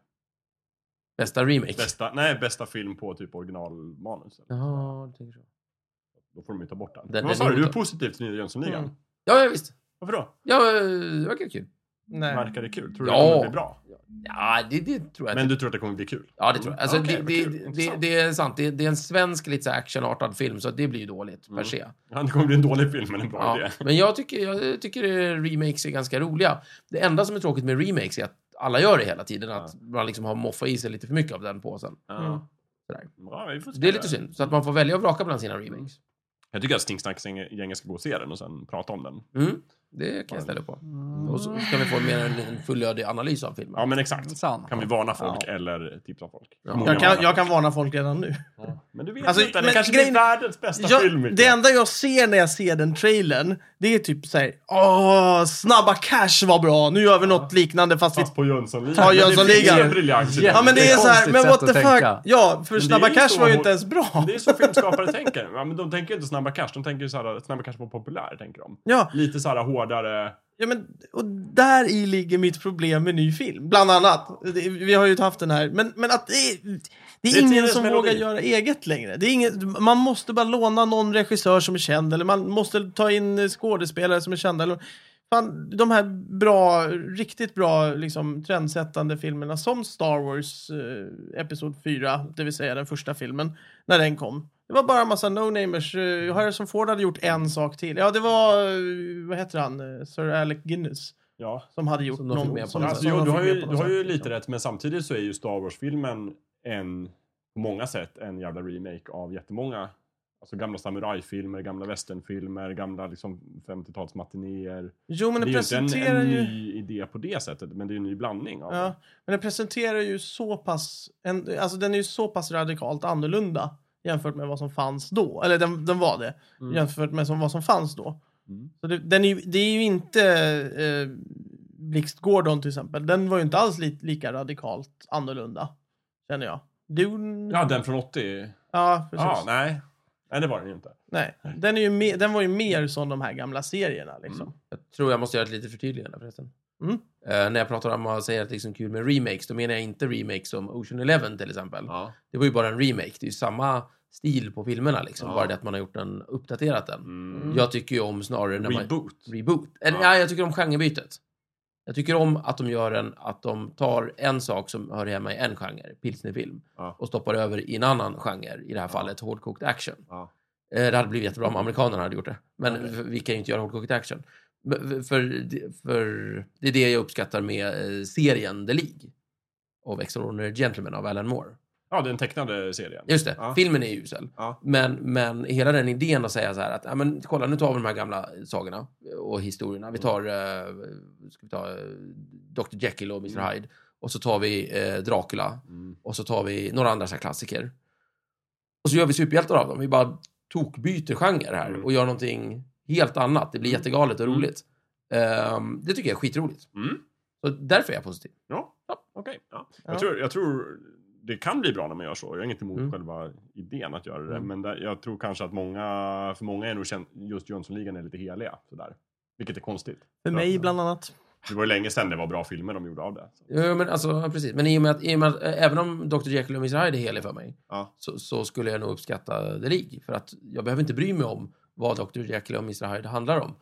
Speaker 2: Bästa remake.
Speaker 3: Bästa, nej, bästa film på typ originalmanus.
Speaker 2: Ja, det tänker jag.
Speaker 3: Då får de ju ta bort den.
Speaker 2: Den-
Speaker 3: Men
Speaker 2: den
Speaker 3: Vad sa
Speaker 2: är
Speaker 3: du? Du är
Speaker 2: hotad.
Speaker 3: positiv till Nya Jönssonligan?
Speaker 1: Mm.
Speaker 2: Ja, ja, visst.
Speaker 3: Varför då?
Speaker 2: Ja, eh, det verkar kul.
Speaker 1: Nej.
Speaker 3: Verkar det kul? Tror du
Speaker 2: Ja.
Speaker 3: det kommer bli bra?
Speaker 2: Ja, det, det tror jag.
Speaker 3: Men du tror att det kommer bli kul?
Speaker 2: Ja, det tror jag. Alltså,
Speaker 3: Okej, vad
Speaker 2: det,
Speaker 3: kul.
Speaker 2: det, det,
Speaker 3: Intressant.
Speaker 2: det är sant. Det, det är en svensk lite så här actionartad film, så det blir ju dåligt
Speaker 3: Mm.
Speaker 2: per se.
Speaker 3: Ja, det kommer bli en dålig film, men en bra
Speaker 2: Ja.
Speaker 3: idé.
Speaker 2: Men jag tycker, jag tycker eh, remakes är ganska roliga. Det enda som är tråkigt med remakes är att alla gör det hela tiden. Att man liksom har moffat i sig lite för mycket av den påsen.
Speaker 1: Mm.
Speaker 3: Ja.
Speaker 2: Sådär.
Speaker 3: Ja, vi får se
Speaker 2: Det är lite synd. Så att man får välja och vraka bland sina remakes.
Speaker 3: Jag tycker att Stingsnacksgänget ska gå och se den och sen prata om den.
Speaker 2: Mm, det kan jag ställa upp på. Och så kan vi få mer en liten fullödig analys av filmen.
Speaker 3: Mm. Ja, men exakt.
Speaker 4: Sant.
Speaker 3: Kan vi varna folk eller tipsa folk?
Speaker 2: Ja.
Speaker 3: Förmodligen
Speaker 1: Jag kan,
Speaker 3: varna.
Speaker 1: jag kan varna folk redan nu.
Speaker 3: Men du vet
Speaker 1: Alltså,
Speaker 3: inte, det
Speaker 1: men
Speaker 3: kanske
Speaker 1: grejen-
Speaker 3: blir världens bästa film.
Speaker 1: Jag,
Speaker 3: Mikael.
Speaker 1: det enda jag ser när jag ser den trailern, det är typ såhär, åh, Snabba Cash var bra, nu gör vi något liknande fast vi...
Speaker 3: Fast på Jönssonligan.
Speaker 1: Ja,
Speaker 3: Men det är
Speaker 1: Jönssonligan.
Speaker 3: mer briljant i
Speaker 4: Ja,
Speaker 1: Ja men det är så här,
Speaker 4: Jättekonstigt
Speaker 1: men
Speaker 4: sätt
Speaker 1: what the
Speaker 4: att
Speaker 1: fuck.
Speaker 4: tänka.
Speaker 1: Ja, för
Speaker 3: det är
Speaker 1: Snabba
Speaker 3: ju
Speaker 1: Cash
Speaker 3: så-
Speaker 1: var ju inte ens bra.
Speaker 3: Det är så filmskapare tänker. Ja, men de tänker ju inte Snabba Cash, de tänker ju så här, Snabba Cash var populär, tänker de.
Speaker 1: Ja,
Speaker 3: Lite så här hårdare...
Speaker 1: Ja, men, och där i ligger mitt problem med ny film, bland annat. Det, vi har ju haft den här, men, men att det, är- det är
Speaker 3: Det är
Speaker 1: ingen
Speaker 3: tidens
Speaker 1: som
Speaker 3: melodi.
Speaker 1: vågar göra eget längre. Det är ingen, man måste bara låna någon regissör som är känd, eller man måste ta in eh, skådespelare som är kända. Eller, Fan, de här bra, riktigt bra liksom, trendsättande filmerna som Star Wars eh, Episod 4, det vill säga den första filmen, när den kom. Det var bara en massa no-namers. Eh, Harrison Ford hade gjort en sak till. Ja, det var, eh, vad heter han, Eh, Sir Alec Guinness,
Speaker 3: Ja.
Speaker 1: som hade gjort
Speaker 2: Som de fick med
Speaker 1: någon.
Speaker 2: på
Speaker 3: Ja,
Speaker 2: något
Speaker 3: Alltså,
Speaker 1: som
Speaker 3: jo,
Speaker 1: de
Speaker 3: du
Speaker 1: fick
Speaker 3: har
Speaker 1: med
Speaker 3: ju,
Speaker 1: på
Speaker 3: du
Speaker 1: något
Speaker 3: har ju
Speaker 1: sätt,
Speaker 3: lite
Speaker 1: liksom.
Speaker 3: rätt, men samtidigt så är ju Star Wars-filmen en, på många sätt, en jävla remake av jättemånga. Alltså gamla samurajfilmer, gamla westernfilmer, gamla liksom 50-talsmatinéer.
Speaker 1: Jo, men
Speaker 3: Det
Speaker 1: det
Speaker 3: är ju inte en,
Speaker 1: presenterar
Speaker 3: en
Speaker 1: ju...
Speaker 3: ny idé på det sättet, men det är ju en ny blandning av
Speaker 1: Ja,
Speaker 3: det.
Speaker 1: men den presenterar ju så pass, en, alltså den är ju så pass radikalt annorlunda jämfört med vad som fanns då. Eller den, den var det,
Speaker 2: Mm.
Speaker 1: jämfört med som, vad som fanns då.
Speaker 3: Mm.
Speaker 1: Så det, den är ju, det är ju inte eh, Blixt Gordon till exempel. Den var ju inte alls li, lika radikalt annorlunda, känner jag. Dune?
Speaker 3: Ja, den från 80?
Speaker 1: Ja, precis.
Speaker 3: Ja, nej. Nej, det var den ju inte.
Speaker 1: nej. Den, är ju mer, den var ju mer som de här gamla serierna liksom.
Speaker 2: Jag tror jag måste göra ett litet förtydligande förresten.
Speaker 1: Mm.
Speaker 2: Eh, när jag pratar om att säga att det är liksom kul med remakes, då menar jag inte remakes som Ocean Eleven till exempel.
Speaker 3: Ja.
Speaker 2: Det var ju bara en remake. Det är ju samma stil på filmerna liksom. Bara det att man har gjort en, uppdaterat den.
Speaker 3: Mm.
Speaker 2: Jag tycker ju om snarare när man...
Speaker 3: Reboot.
Speaker 2: Reboot. Eller,
Speaker 3: Ja.
Speaker 2: nej, jag tycker om genrebytet. Jag tycker om att de gör en, att de tar en sak som hör hemma i en genre, pilsnerfilm,
Speaker 3: Ja.
Speaker 2: och stoppar över i en annan genre, i det här fallet hårdkokt action.
Speaker 3: Ja.
Speaker 2: Eh, Det hade blivit jättebra om amerikanerna hade gjort det. Men v- vi kan ju inte göra hårdkokt action. Men För, det- för det är det jag uppskattar med eh, serien The League av Extraordinary Gentlemen av Alan Moore.
Speaker 3: ja, den tecknade serien.
Speaker 2: Just det,
Speaker 3: Ja.
Speaker 2: filmen är ju usel.
Speaker 3: Ja.
Speaker 2: Men, men hela den idén att säga så här att ja, men, kolla nu tar vi de här gamla sagorna och historierna.
Speaker 3: Mm.
Speaker 2: Vi tar, eh, ska vi ta eh, Dr. Jekyll och Mr. Hyde. Och så tar vi eh, Dracula.
Speaker 3: Mm.
Speaker 2: Och så tar vi några andra så här klassiker. Och så gör vi superhjältar av dem. Vi bara tokbyter genre här
Speaker 3: Mm.
Speaker 2: och gör någonting helt annat. Det blir jättegalet och
Speaker 3: Mm.
Speaker 2: roligt. Ehm, det tycker jag är skitroligt.
Speaker 3: Mm.
Speaker 2: Så därför är jag positiv.
Speaker 3: Ja, ja okej. Ja.
Speaker 1: Ja.
Speaker 3: Jag, tror, jag tror det kan bli bra när man gör så. Jag är inget emot
Speaker 2: Mm.
Speaker 3: själva idén att göra det.
Speaker 2: Mm.
Speaker 3: Men där, jag tror kanske att många, för många är nog känt, just Jönssonligan är lite heliga. Sådär. Vilket är konstigt.
Speaker 1: För mig bland annat.
Speaker 3: Det var ju länge sedan det var bra filmer de gjorde av det. Så.
Speaker 2: Ja, men alltså, ja, precis. Men i och med att, i och med att eh, även om Dr. Jekyll och Mr. Hyde är helig för mig,
Speaker 3: Ja.
Speaker 2: så, så skulle jag nog uppskatta The League. För att jag behöver inte bry mig om vad Dr. Jekyll och Mr. Hyde handlar om.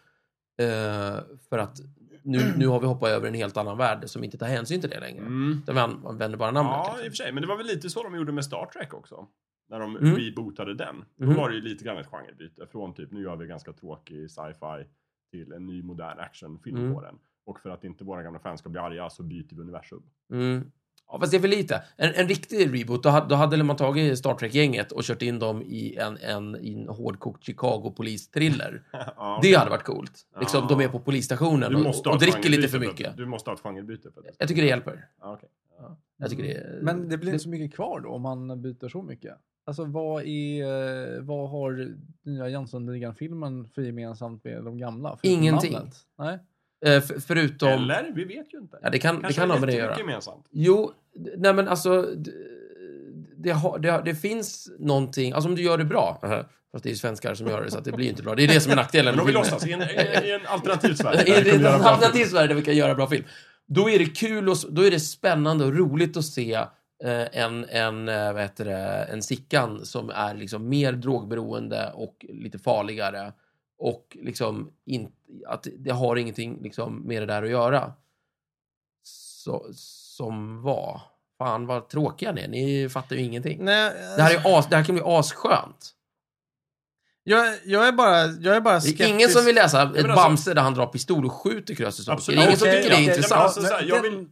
Speaker 2: Eh, för att nu, nu har vi hoppat över en helt annan värld som inte tar hänsyn till det längre.
Speaker 3: Mm.
Speaker 2: Utan vi an- använder bara namnet.
Speaker 3: Ja, i
Speaker 2: liksom.
Speaker 3: och för sig. Men det var väl lite så de gjorde med Star Trek också. När de
Speaker 2: Mm.
Speaker 3: rebootade den. Då
Speaker 2: Mm.
Speaker 3: var det ju lite grann ett genrebyte. Från typ, nu gör vi ganska tråkig sci-fi till en ny modern actionfilm
Speaker 2: Mm.
Speaker 3: på den. Och för att inte våra gamla fans ska bli arga så byter vi universum.
Speaker 2: Mm. Ja, fast det är för lite. En, en riktig reboot, då hade, då hade man tagit Star Trek-gänget och kört in dem i en, en, i en hårdkokt Chicago-polis-thriller.
Speaker 3: ja,
Speaker 2: Det hade varit coolt. Liksom,
Speaker 3: Ja.
Speaker 2: De är på polisstationen
Speaker 3: Du
Speaker 2: och,
Speaker 3: måste
Speaker 2: och,
Speaker 3: ha ett
Speaker 2: dricker lite
Speaker 3: genrebyte
Speaker 2: för
Speaker 3: att-
Speaker 2: mycket.
Speaker 3: Du måste ha ett genrebyte. För att det ska-
Speaker 2: Jag tycker det hjälper.
Speaker 3: Ja, okej.
Speaker 2: Jag tycker det,
Speaker 4: Men det blir inte så mycket kvar då om man byter så mycket. Alltså vad, är, eh, vad har nya Jönssonligan-filmen för gemensamt med de gamla? Förutom
Speaker 2: Ingenting.
Speaker 4: namnet? Nej.
Speaker 2: Eh, f- Förutom...
Speaker 3: Eller? Vi vet ju inte.
Speaker 2: Ja, det kan, det
Speaker 3: Kanske
Speaker 2: kan ha med det att
Speaker 3: jättemycket
Speaker 2: göra.
Speaker 3: gemensamt.
Speaker 2: Jo, d- nej men alltså... d- Det, har, det, har, det finns någonting... Alltså om du gör det bra. Aha. Fast det är ju svenskar som gör det, så att det blir ju inte bra. Det är det som är nackdelen
Speaker 3: Men om vi
Speaker 2: filmen.
Speaker 3: låtsas, i en, i en alternativ Sverige.
Speaker 2: Alltså, Är
Speaker 3: där
Speaker 2: det
Speaker 3: vi kan göra
Speaker 2: ett
Speaker 3: bra
Speaker 2: alternativ Sverige där vi kan göra bra film? Då är det kul och s- då är det spännande och roligt att se eh, en, en, eh, vad heter det, en Sickan som är liksom mer drogberoende och lite farligare. Och liksom in, att det har ingenting liksom med det där att göra. Så, som var. Fan vad tråkiga ni är. Ni fattar ju ingenting.
Speaker 1: Nej, eh,
Speaker 2: Det här, är as, det här kan bli asskönt.
Speaker 1: jag, jag är bara, jag är bara
Speaker 2: Det
Speaker 1: skeptisk.
Speaker 2: är ingen som vill läsa ett
Speaker 3: men alltså-
Speaker 2: Bamse där han drar pistol och skjuter Krösus. Det är
Speaker 3: Absolut.
Speaker 2: ingen som
Speaker 3: Okej,
Speaker 2: tycker det är
Speaker 3: okej.
Speaker 2: intressant.
Speaker 3: men alltså, så här, jag vill-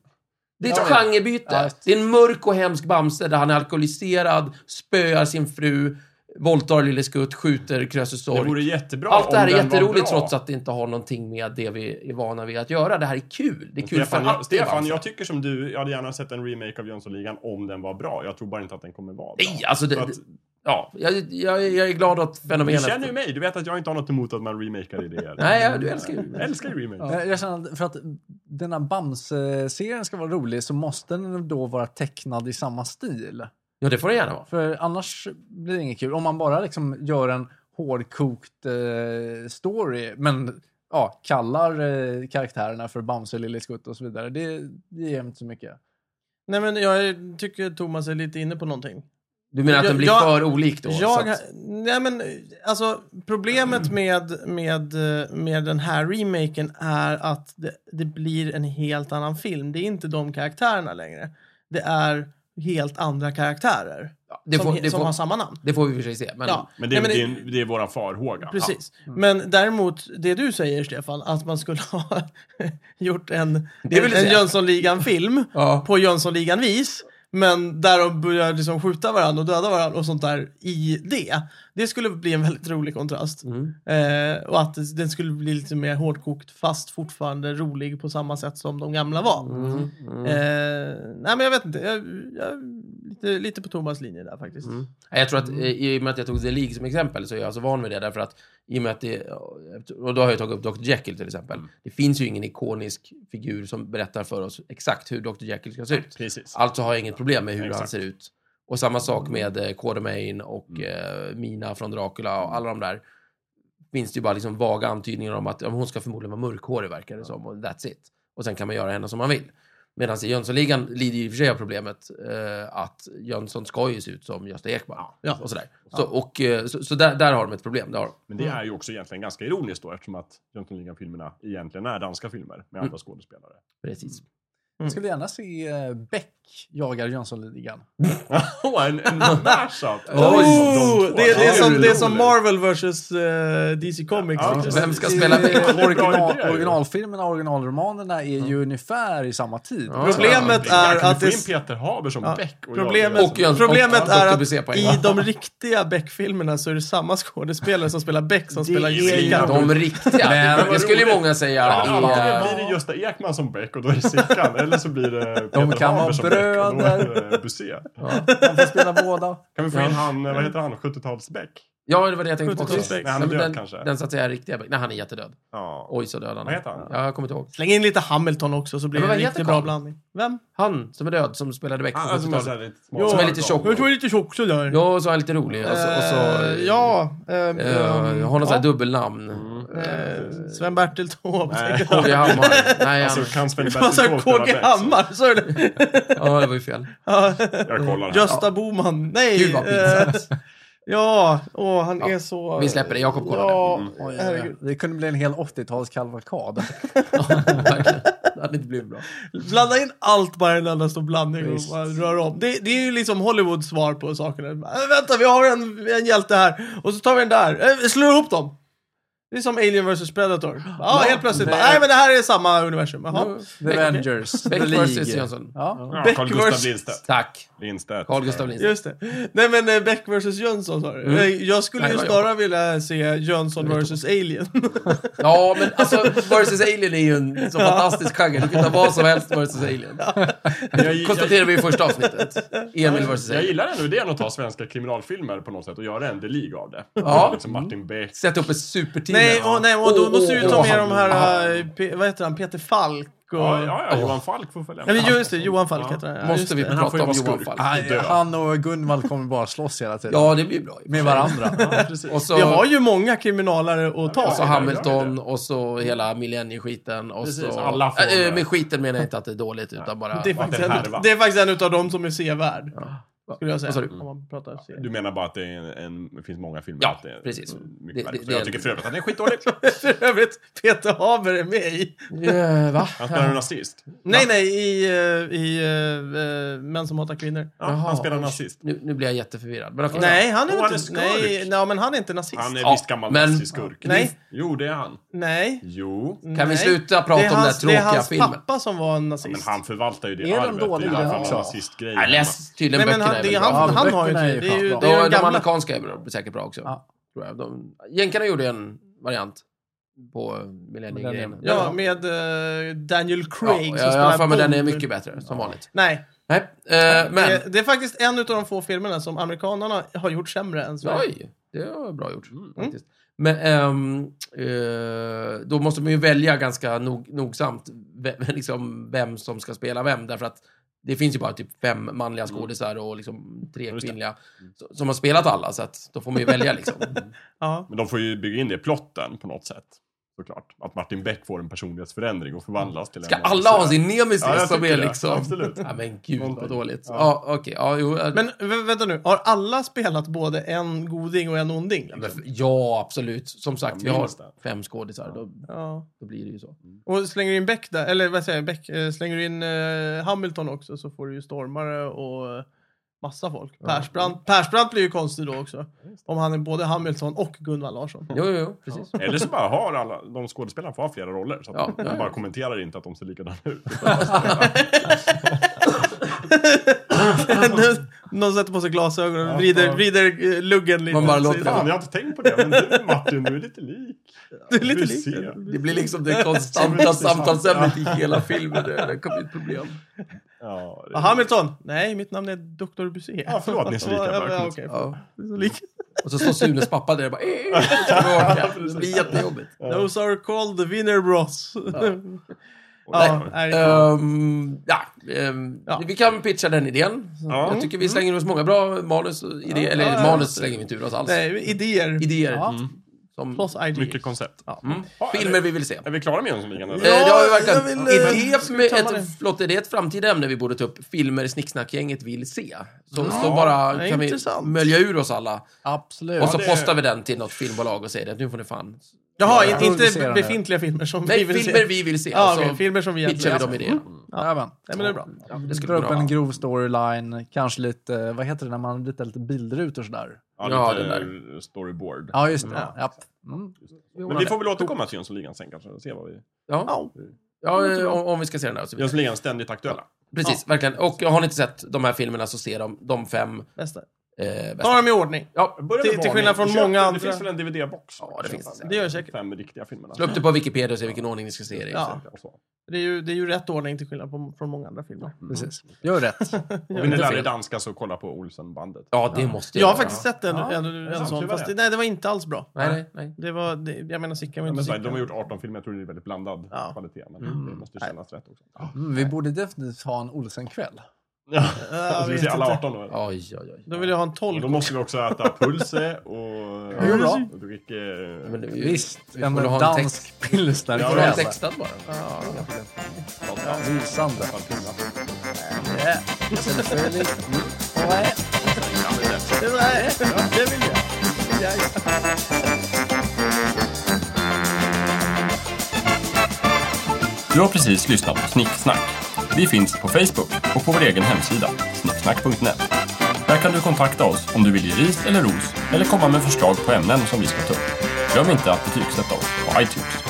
Speaker 2: Det är ett
Speaker 4: Ja,
Speaker 2: genrebyte.
Speaker 4: Ja.
Speaker 2: Det är en mörk och hemsk Bamse där han är alkoholiserad, spöar sin fru, våldtar Lille Skutt, skjuter Krösus
Speaker 3: Det
Speaker 2: Sorg.
Speaker 3: vore jättebra
Speaker 2: Allt det här
Speaker 3: om
Speaker 2: är
Speaker 3: den var
Speaker 2: jätteroligt
Speaker 3: bra.
Speaker 2: trots att det inte har någonting med det vi är vana vid att göra. Det här är kul. Det är kul
Speaker 3: Stefan,
Speaker 2: för alltså.
Speaker 3: jag,
Speaker 2: att det är
Speaker 3: Stefan
Speaker 2: Bamse.
Speaker 3: jag tycker som du. Jag hade gärna sett en remake av Jönssonligan om den var bra. Jag tror bara inte att den kommer vara bra.
Speaker 2: Nej, alltså det,
Speaker 3: Så att-
Speaker 2: det, ja, jag, jag, jag är glad åt
Speaker 3: du
Speaker 2: fenomenet.
Speaker 3: känner ju mig. Du vet att jag inte har något emot att man remakar idéer.
Speaker 2: Nej, ja, du älskar ju-
Speaker 3: Jag älskar ju remakes.
Speaker 4: Jag känner att för att denna Bamse-serien ska vara rolig så måste den då vara tecknad i samma stil.
Speaker 2: Ja, det får det gärna vara.
Speaker 4: För annars blir det inget kul. Om man bara liksom gör en hårdkokt eh, story, men ja, kallar eh, karaktärerna för Bamse, Lille Skutt och så vidare. Det, det ger inte så mycket.
Speaker 1: Nej, men jag tycker Thomas är lite inne på någonting.
Speaker 2: Du menar att den
Speaker 1: Jag-
Speaker 2: blir
Speaker 1: jag-
Speaker 2: för olik då?
Speaker 1: Jag,
Speaker 2: så att,
Speaker 1: nej men, alltså, problemet med, med, med den här remaken är att det, det blir en helt annan film. Det är inte de karaktärerna längre. Det är helt andra karaktärer
Speaker 2: ja, det,
Speaker 1: som,
Speaker 2: får,
Speaker 1: he-
Speaker 2: det,
Speaker 1: som
Speaker 2: får,
Speaker 1: har samma namn.
Speaker 2: det får vi i och för sig se. Men,
Speaker 1: Ja.
Speaker 3: Men det, är-
Speaker 1: Nej,
Speaker 3: det, är- det är våran farhåga.
Speaker 1: Precis.
Speaker 2: Mm.
Speaker 1: Men däremot, det du säger Stefan, att man skulle ha gjort en,
Speaker 2: Det vill
Speaker 1: en
Speaker 2: säga.
Speaker 1: Jönssonligan-film
Speaker 2: Ja.
Speaker 1: på Jönssonligan-vis, men där de börjar liksom skjuta varandra och döda varandra och sånt där i det. Det skulle bli en väldigt rolig kontrast.
Speaker 2: Mm.
Speaker 1: Eh, och att det- den skulle bli lite mer hårdkokt fast fortfarande rolig på samma sätt som de gamla var.
Speaker 2: Mm.
Speaker 3: Mm.
Speaker 1: Eh, nej men jag vet inte, jag, jag är lite, lite på Thomas linje där faktiskt.
Speaker 2: Ja, Jag tror att eh, i och med att jag tog The League som exempel så är jag så van vid det därför att i och med att det, och då har jag tagit upp Dr. Jekyll till exempel. Det finns ju ingen ikonisk figur som berättar för oss exakt hur Dr. Jekyll ska se ut.
Speaker 3: Precis.
Speaker 2: Alltså har jag inget problem med hur han
Speaker 3: Exakt.
Speaker 2: ser ut. Och samma sak med eh, Quatermain och eh, Mina från Dracula och alla de där. Finns det ju bara liksom vaga antydningar om att ja, men hon ska förmodligen vara mörkhårig verkar det som och that's it. Och sen kan man göra henne som man vill. Medan i Jönssonligan lider ju i och för sig av problemet eh, att Jönsson ska ju se ut som Gösta Ekman.
Speaker 1: Ja.
Speaker 2: Och sådär. Så, och, eh, så, så där, där har de ett problem. Det har de.
Speaker 3: Men
Speaker 1: Mm.
Speaker 3: det är ju också egentligen ganska ironiskt då eftersom att Jönssonligan-filmerna egentligen är danska filmer med
Speaker 1: Mm.
Speaker 3: andra skådespelare.
Speaker 2: Precis.
Speaker 4: Jag skulle gärna se eh, Beck jagar Jönssonligan.
Speaker 3: Åh, en, en mashup!
Speaker 1: Oh, det, det, är som, det är som
Speaker 3: Roligt.
Speaker 1: Marvel vs eh, DC Comics.
Speaker 3: Ja.
Speaker 1: faktiskt.
Speaker 2: Vem ska spela med?
Speaker 3: Bra
Speaker 4: Original,
Speaker 3: idé, ju.
Speaker 4: originalfilmerna och originalromanerna är ju ungefär i samma tid.
Speaker 2: Ja.
Speaker 1: Problemet
Speaker 3: Ja,
Speaker 1: är
Speaker 3: kan
Speaker 1: att
Speaker 3: du få
Speaker 1: det,
Speaker 3: in Peter Haber som
Speaker 1: Ja.
Speaker 3: Beck och
Speaker 1: problemet,
Speaker 2: Och Jönsson-
Speaker 1: problemet
Speaker 2: och
Speaker 1: är
Speaker 2: Dr.
Speaker 1: att
Speaker 2: Buse på en
Speaker 1: i
Speaker 2: gång.
Speaker 1: de riktiga Beck-filmerna så är det samma skådespelare som spelar Beck som
Speaker 3: Det
Speaker 1: spelar
Speaker 3: är ju
Speaker 1: Jessica.
Speaker 3: inga-
Speaker 2: De riktiga. det, det skulle ju
Speaker 3: roligt.
Speaker 2: många säga.
Speaker 3: Ja,
Speaker 2: i, eh,
Speaker 3: Antingen blir det Gösta Ekman som Beck och då är det Sickan, eller så blir det Peter
Speaker 4: De kan
Speaker 3: Haber
Speaker 4: vara
Speaker 3: som Beck och då är det
Speaker 4: bröder.
Speaker 3: Busé.
Speaker 4: De får spela båda.
Speaker 3: Kan vi få
Speaker 2: Ja.
Speaker 3: in han, eh, vad heter han, 70-tals-Beck?
Speaker 2: Ja, det var det jag tänkte på också.
Speaker 1: 76.
Speaker 3: Nej, han är
Speaker 2: men
Speaker 3: död
Speaker 2: den,
Speaker 3: kanske.
Speaker 2: Den så att säga riktiga Beck. Nej, han är jättedöd.
Speaker 3: Ja.
Speaker 2: Oj, så död han
Speaker 3: Vad
Speaker 2: är.
Speaker 3: heter han?
Speaker 2: Ja, jag kommer inte ihåg.
Speaker 1: Släng in lite Hamilton också så blir
Speaker 2: Men
Speaker 1: det en
Speaker 2: vad heter
Speaker 1: riktigt bra
Speaker 2: Carl?
Speaker 1: blandning. Vem?
Speaker 2: Han som är död, som spelade Beck på
Speaker 3: Han som är, så
Speaker 2: 70-talet.
Speaker 3: här lite
Speaker 1: Ja. Som är
Speaker 2: lite tjock.
Speaker 1: Jag tror lite tjock sådär.
Speaker 2: Ja, och så är han lite rolig. Och så, och så,
Speaker 1: Eh, ja. eh,
Speaker 2: eh,
Speaker 1: eh,
Speaker 2: har något sånt här
Speaker 1: ja.
Speaker 2: dubbelnamn.
Speaker 3: Mm.
Speaker 1: Eh, Sven-Bertil Taube.
Speaker 3: Nej.
Speaker 1: tänkte jag.
Speaker 2: KG Hammar. Nej,
Speaker 3: Alltså,
Speaker 2: han,
Speaker 3: kan Sven
Speaker 1: Man
Speaker 3: Bertil
Speaker 1: sa
Speaker 3: Taube spela
Speaker 1: KG
Speaker 3: Beck? så-
Speaker 1: Hammar, sa du det?
Speaker 2: ja, det var ju fel.
Speaker 1: Ja.
Speaker 3: Jag kollar här.
Speaker 1: Gösta Boman. Nej!
Speaker 2: Gud, vad pinsamt.
Speaker 1: eh, ja, åh, han
Speaker 2: Ja,
Speaker 1: är så...
Speaker 2: vi släpper det. Jakob kollar
Speaker 1: ja,
Speaker 4: Oj,
Speaker 1: herregud.
Speaker 4: det kunde bli en hel 80-talskalvalkad.
Speaker 2: Ja, verkligen. det hade inte blivit bra.
Speaker 1: Blanda in allt bara i en enda stor blandning och
Speaker 4: Visst.
Speaker 1: bara rör om. Det, det är ju liksom Hollywoods svar på sakerna. Äh, vänta, vi har en, en hjälte här och så tar vi den där. Äh, vi slår ihop dem! Det är som Alien vs Predator. Ja, helt plötsligt.
Speaker 4: nej.
Speaker 1: Nej. Nej, men det här är samma universum.
Speaker 2: Mm.
Speaker 1: Jaha.
Speaker 4: The Avengers, The
Speaker 2: Beck vs
Speaker 4: League.
Speaker 2: Jönsson.
Speaker 4: Ja.
Speaker 3: Ja,
Speaker 1: Beck
Speaker 3: Carl Gustaf
Speaker 1: versus-
Speaker 3: Lindstedt.
Speaker 2: Tack.
Speaker 3: Lindstedt.
Speaker 2: Carl Gustaf Lindstedt.
Speaker 1: Just det. Nej men eh, Beck vs Jönsson sa du. Eh, Jag skulle
Speaker 2: Mm. Nej,
Speaker 1: ju
Speaker 2: det var
Speaker 1: snarare vilja se Jönsson vs Alien.
Speaker 2: Ja, men alltså, versus Alien är ju en så fantastisk genre. Du kan ta vad som helst versus Alien.
Speaker 3: Men jag- jag-
Speaker 2: Konstaterar vi i första avsnittet. Emil versus
Speaker 3: Jag
Speaker 2: Alien.
Speaker 3: gillar ändå idén att ta svenska kriminalfilmer på något sätt och göra en The League av det.
Speaker 2: Ja.
Speaker 3: Liksom Martin Beck.
Speaker 2: Sätt upp ett superteam.
Speaker 1: nej,
Speaker 2: här.
Speaker 1: och, nej, och då
Speaker 2: Åh,
Speaker 1: måste vi ju
Speaker 2: åh,
Speaker 1: ta
Speaker 2: åh,
Speaker 1: med
Speaker 2: han-
Speaker 1: de här,
Speaker 2: han-
Speaker 1: eh, Pe- vad heter han, Peter Falk och...
Speaker 3: Ja, ja, ja, Johan Falk får följa med.
Speaker 1: Eller just det, Johan Falk heter han. Ja, just
Speaker 2: Måste vi
Speaker 1: det.
Speaker 3: han
Speaker 2: prata
Speaker 3: får ju
Speaker 2: om
Speaker 3: vara
Speaker 2: Johan
Speaker 3: skurk.
Speaker 1: Ah,
Speaker 2: Falk?
Speaker 4: Nej,
Speaker 3: Dö.
Speaker 4: Han och Gunvald kommer bara slåss hela tiden.
Speaker 2: Ja, det blir bra.
Speaker 4: Med varandra.
Speaker 3: Ja, precis.
Speaker 2: Och så,
Speaker 1: Vi har ju många kriminalare att ta.
Speaker 2: och så
Speaker 3: Ja, jag gör
Speaker 2: Hamilton och så hela millennieskiten. Och
Speaker 3: Precis,
Speaker 2: så,
Speaker 3: alla får
Speaker 2: Äh,
Speaker 3: det.
Speaker 2: med skiten menar jag inte att det är dåligt, utan bara...
Speaker 1: Det är,
Speaker 3: Ja,
Speaker 1: faktiskt
Speaker 3: det är
Speaker 1: en,
Speaker 3: härva.
Speaker 1: det är faktiskt en utav dem som är sevärd. Skulle jag
Speaker 2: Vad sa
Speaker 1: säga.
Speaker 2: du?
Speaker 1: Om man pratar serie.
Speaker 3: Du menar bara att det, är en, en, det finns många filmer?
Speaker 2: Ja,
Speaker 3: att det är
Speaker 2: precis.
Speaker 3: Mycket
Speaker 2: Det-
Speaker 3: det,
Speaker 2: det-
Speaker 3: jag tycker för övrigt att det är skitdåligt.
Speaker 1: För övrigt, Peter Haber är med i...
Speaker 2: Eh, va?
Speaker 3: Han spelar en nazist.
Speaker 1: Nej, nej, i, eh, i eh, Män som hatar kvinnor.
Speaker 3: Ja,
Speaker 2: Jaha.
Speaker 3: han spelar en nazist.
Speaker 2: Nu, nu blir jag jätteförvirrad. Men okej.
Speaker 1: Nej, han är
Speaker 3: Åh,
Speaker 1: väl
Speaker 3: han är
Speaker 1: inte...
Speaker 3: skurk.
Speaker 1: nej, nej, men han är inte nazist.
Speaker 3: Han är
Speaker 2: Ja,
Speaker 3: visst gammal
Speaker 2: men-
Speaker 3: naziskurk.
Speaker 1: Nej,
Speaker 3: Jo, det är han.
Speaker 1: nej.
Speaker 3: Jo.
Speaker 2: Kan vi
Speaker 1: nej.
Speaker 2: sluta prata
Speaker 1: Det är
Speaker 2: om den här
Speaker 1: hans- Det är
Speaker 2: tråkiga
Speaker 1: hans
Speaker 2: filmen?
Speaker 1: pappa som var en
Speaker 3: Men
Speaker 1: nazist.
Speaker 3: han förvaltar ju det
Speaker 4: Är de
Speaker 3: arvet.
Speaker 4: dåliga
Speaker 3: det är därför han
Speaker 4: också?
Speaker 3: har nazistgrejer.
Speaker 2: Jag läs tydligen
Speaker 1: Nej, men han,
Speaker 2: böckerna. är
Speaker 1: det är
Speaker 2: väldigt
Speaker 1: han,
Speaker 2: bra.
Speaker 1: han, har ju
Speaker 4: Böckerna
Speaker 1: det.
Speaker 4: är ju
Speaker 1: Det är ju,
Speaker 4: fan
Speaker 1: det
Speaker 2: Ja,
Speaker 1: är ju
Speaker 2: de
Speaker 1: gamla.
Speaker 2: amerikanska är bra, säkert bra också.
Speaker 4: Ja.
Speaker 2: Tror jag. De, jänkarna gjorde ju en variant på millenniegrejen.
Speaker 1: Ja, med eh, Daniel Craig som
Speaker 2: ja, jag- jag har
Speaker 1: spelar
Speaker 2: för mig den är
Speaker 1: Bond.
Speaker 2: mycket bättre, som vanligt.
Speaker 1: Nej,
Speaker 2: Nej, eh, men...
Speaker 1: det, det är faktiskt en utav de få filmerna som amerikanarna har gjort sämre än Sverige.
Speaker 2: Oj, det var bra gjort
Speaker 3: Mm.
Speaker 2: faktiskt. Men ehm, eh, då måste man ju välja ganska nog, nogsamt vem, liksom vem som ska spela vem. Därför att det finns ju bara typ fem manliga skådisar och liksom tre
Speaker 3: Mm. Just det. Mm.
Speaker 2: kvinnliga s- som har spelat alla. Så att då får man ju välja liksom.
Speaker 1: Ja.
Speaker 3: Men de får ju bygga in det i plotten på något sätt. såklart. Att Martin Beck får en personlighetsförändring och förvandlas till
Speaker 2: Ska
Speaker 3: en...
Speaker 2: alla ha sin nemesis
Speaker 3: Ja, jag
Speaker 2: som
Speaker 3: tycker
Speaker 2: är
Speaker 3: det.
Speaker 2: liksom...
Speaker 3: Absolut.
Speaker 2: Ja, men gud vad
Speaker 3: Någonting.
Speaker 2: dåligt. Ja,
Speaker 3: Ja.
Speaker 2: okej. Ja, jo. jag-
Speaker 1: Men vä- vänta nu, har alla spelat både en goding och en onding?
Speaker 2: Ja,
Speaker 1: Liksom?
Speaker 2: men- ja, absolut. Som sagt, vi
Speaker 3: Jag
Speaker 2: har
Speaker 3: minns det.
Speaker 2: fem skådisar. Då,
Speaker 1: Ja.
Speaker 2: då blir det ju så.
Speaker 3: Mm.
Speaker 1: Och slänger du in Beck där, eller vad säger jag, Beck, eh, slänger du in eh, Hamilton också så får du ju stormare och eh, massa folk. Persbrandt, Persbrandt blir ju konstig då också. Om han är både Hamilton och Gunnar Larsson.
Speaker 2: Jo, jo, jo precis.
Speaker 3: Eller så bara har alla, de skådespelarna får ha flera roller. Så att
Speaker 2: Ja, ja,
Speaker 3: de
Speaker 2: ja.
Speaker 3: bara kommenterar inte att de ser likadana ut.
Speaker 1: Någon sätter på sig glasögon och
Speaker 3: Ja,
Speaker 1: vrider,
Speaker 3: bara-
Speaker 1: vrider eh, luggen lite.
Speaker 2: Man bara
Speaker 1: åt
Speaker 2: låter
Speaker 1: sidan.
Speaker 3: Fan, Alltså, jag har inte tänkt på det. Men du Martin, du är lite lik.
Speaker 1: Du är lite
Speaker 3: Du
Speaker 1: lik.
Speaker 3: ser.
Speaker 2: Det blir liksom det konstanta samtalsämnet i hela filmen. Det, det kommer bli ett problem.
Speaker 3: Ja, det
Speaker 1: Ah,
Speaker 3: är...
Speaker 1: Hamilton! Nej, mitt namn är Dr. Busé.
Speaker 3: Ja, förlåt, ni är så lika.
Speaker 1: Ja,
Speaker 3: Bara,
Speaker 1: ja,
Speaker 3: kom.
Speaker 1: okej.
Speaker 2: Ja.
Speaker 1: Det är så lika.
Speaker 2: Och så står Sunes pappa där och bara... "Eh, eh, tillbaka." Det blir jättejobbigt.
Speaker 1: Those are called the winner bros. Ja,
Speaker 2: Nej.
Speaker 1: nej, det är klart.
Speaker 2: Ehm, ja, ehm,
Speaker 1: Ja. Mm.
Speaker 2: Vi kan pitcha den idén.
Speaker 3: Ja.
Speaker 2: Jag tycker vi slänger oss många bra manus. och Idéer, eller
Speaker 1: Ja, ja,
Speaker 2: manus
Speaker 1: ja.
Speaker 2: slänger vi inte ur oss alls.
Speaker 1: nej, idéer.
Speaker 2: Eh, Idéer. Mm.
Speaker 4: Ja.
Speaker 2: Som,
Speaker 1: Plus ideas.
Speaker 3: Mycket koncept.
Speaker 2: mm,
Speaker 3: Ja,
Speaker 2: filmer vi vill se.
Speaker 3: Är vi klara med Jönssonligan? eller?
Speaker 2: Eh, det har vi
Speaker 1: jag
Speaker 2: verkligen.
Speaker 1: vill,
Speaker 2: Är
Speaker 1: eh,
Speaker 2: det
Speaker 1: ska vi
Speaker 2: ett-
Speaker 1: tömma det?
Speaker 2: Förlåt, är det ett framtida ämne vi borde ta upp? Filmer Snicksnackgänget vill se. Så, så
Speaker 3: Ja,
Speaker 2: bara
Speaker 1: det är
Speaker 2: kan vi
Speaker 1: intressant.
Speaker 2: mölja ur oss alla.
Speaker 4: Absolut.
Speaker 2: Och så
Speaker 3: det-
Speaker 2: postar vi den till något filmbolag och säger att nu får ni fan...
Speaker 1: Jaha,
Speaker 4: Ja,
Speaker 1: inte
Speaker 4: producerande.
Speaker 1: befintliga filmer som
Speaker 2: Nej,
Speaker 1: vi vill
Speaker 2: filmer
Speaker 1: se.
Speaker 2: vi vill se.
Speaker 1: Ja,
Speaker 2: så
Speaker 1: okej, filmer som vi
Speaker 2: pitchar vi
Speaker 1: egentligen
Speaker 2: dem idéer.
Speaker 4: Jajamän.
Speaker 1: Nej, men det är bra.
Speaker 2: Ja, det skulle
Speaker 4: Dra upp
Speaker 2: kunna
Speaker 4: en
Speaker 2: vara.
Speaker 4: grov storyline, kanske lite, vad heter det när man ritar lite bildrutor sådär?
Speaker 2: Ja,
Speaker 3: Ja, lite
Speaker 2: den
Speaker 3: storyboard.
Speaker 4: Ja, just det.
Speaker 1: Ja.
Speaker 4: Ja. Mm.
Speaker 3: Men vi får väl återkomma till Jönssonligan sen kanske. och Se vad vi...
Speaker 2: Ja,
Speaker 1: Ja.
Speaker 2: ja eh, om, om vi ska se den här och så vidare.
Speaker 3: Jönssonligan ständigt aktuella.
Speaker 2: Precis, verkligen. Och har ni inte sett de här filmerna så se dem, de fem
Speaker 1: Bästa.
Speaker 2: eh, bästa.
Speaker 1: Ta dem i ordning.
Speaker 2: Ja,
Speaker 3: Börja
Speaker 1: Till-
Speaker 3: med
Speaker 1: till
Speaker 3: varning.
Speaker 1: skillnad från
Speaker 3: Köp den.
Speaker 1: många andra.
Speaker 3: Det finns väl en DVD-box?
Speaker 2: Ja, det finns det.
Speaker 1: Det gör det säkert.
Speaker 3: Fem riktiga filmerna.
Speaker 2: slå upp det på Wikipedia och se vilken ordning ni ska se det i.
Speaker 1: Ja.
Speaker 3: Och så.
Speaker 1: Det är, ju, det är ju rätt ordning till skillnad på, från många andra filmer.
Speaker 4: Precis. Gör rätt.
Speaker 3: Och vill ni lära er
Speaker 2: fel.
Speaker 3: danska så kolla på Olsenbandet.
Speaker 2: ja det måste
Speaker 1: Jag har
Speaker 2: göra.
Speaker 1: faktiskt sett en,
Speaker 4: Ja.
Speaker 1: en, en
Speaker 3: sant,
Speaker 1: sån,
Speaker 3: hur
Speaker 1: fast
Speaker 3: var
Speaker 1: det,
Speaker 3: det?
Speaker 1: nej, det var inte alls bra.
Speaker 2: Nej, nej, nej.
Speaker 1: Det var, det, jag menar, Sickan var
Speaker 3: Ja,
Speaker 1: inte
Speaker 3: men så här, de
Speaker 1: Sickan.
Speaker 3: har gjort 18 filmer, jag tror det är väldigt blandad
Speaker 1: Ja. Mm.
Speaker 3: kvalitet. Men det måste
Speaker 1: Nej.
Speaker 3: kännas rätt också.
Speaker 4: Mm, vi borde definitivt ha en Olsen-kväll.
Speaker 3: Ja.
Speaker 1: jag
Speaker 3: så Alltså, vi
Speaker 1: vet
Speaker 3: ser alla
Speaker 1: inte.
Speaker 3: 18 då.
Speaker 2: Oj, oj, oj.
Speaker 1: Då vill jag ha en
Speaker 3: Och
Speaker 1: tolk.
Speaker 3: då måste vi också äta pulse och...
Speaker 4: det är bra.
Speaker 3: Och dricka... eh,
Speaker 2: Men det-
Speaker 4: Visst,
Speaker 2: vi
Speaker 4: en
Speaker 2: får väl ha en text.
Speaker 4: dansk pilsner.
Speaker 2: Vi får ha en
Speaker 3: Ja.
Speaker 2: textad bara.
Speaker 3: Ja.
Speaker 4: Lysande.
Speaker 1: Det där- det vill jag.
Speaker 5: Du har precis lyssnat på Snicksnack. Vi finns på Facebook och på vår egen hemsida, snicksnack.net. Där kan du kontakta oss om du vill ge ris eller ros eller komma med förslag på ämnen som vi ska ta upp. Glöm inte att betygsätta oss på iTunes.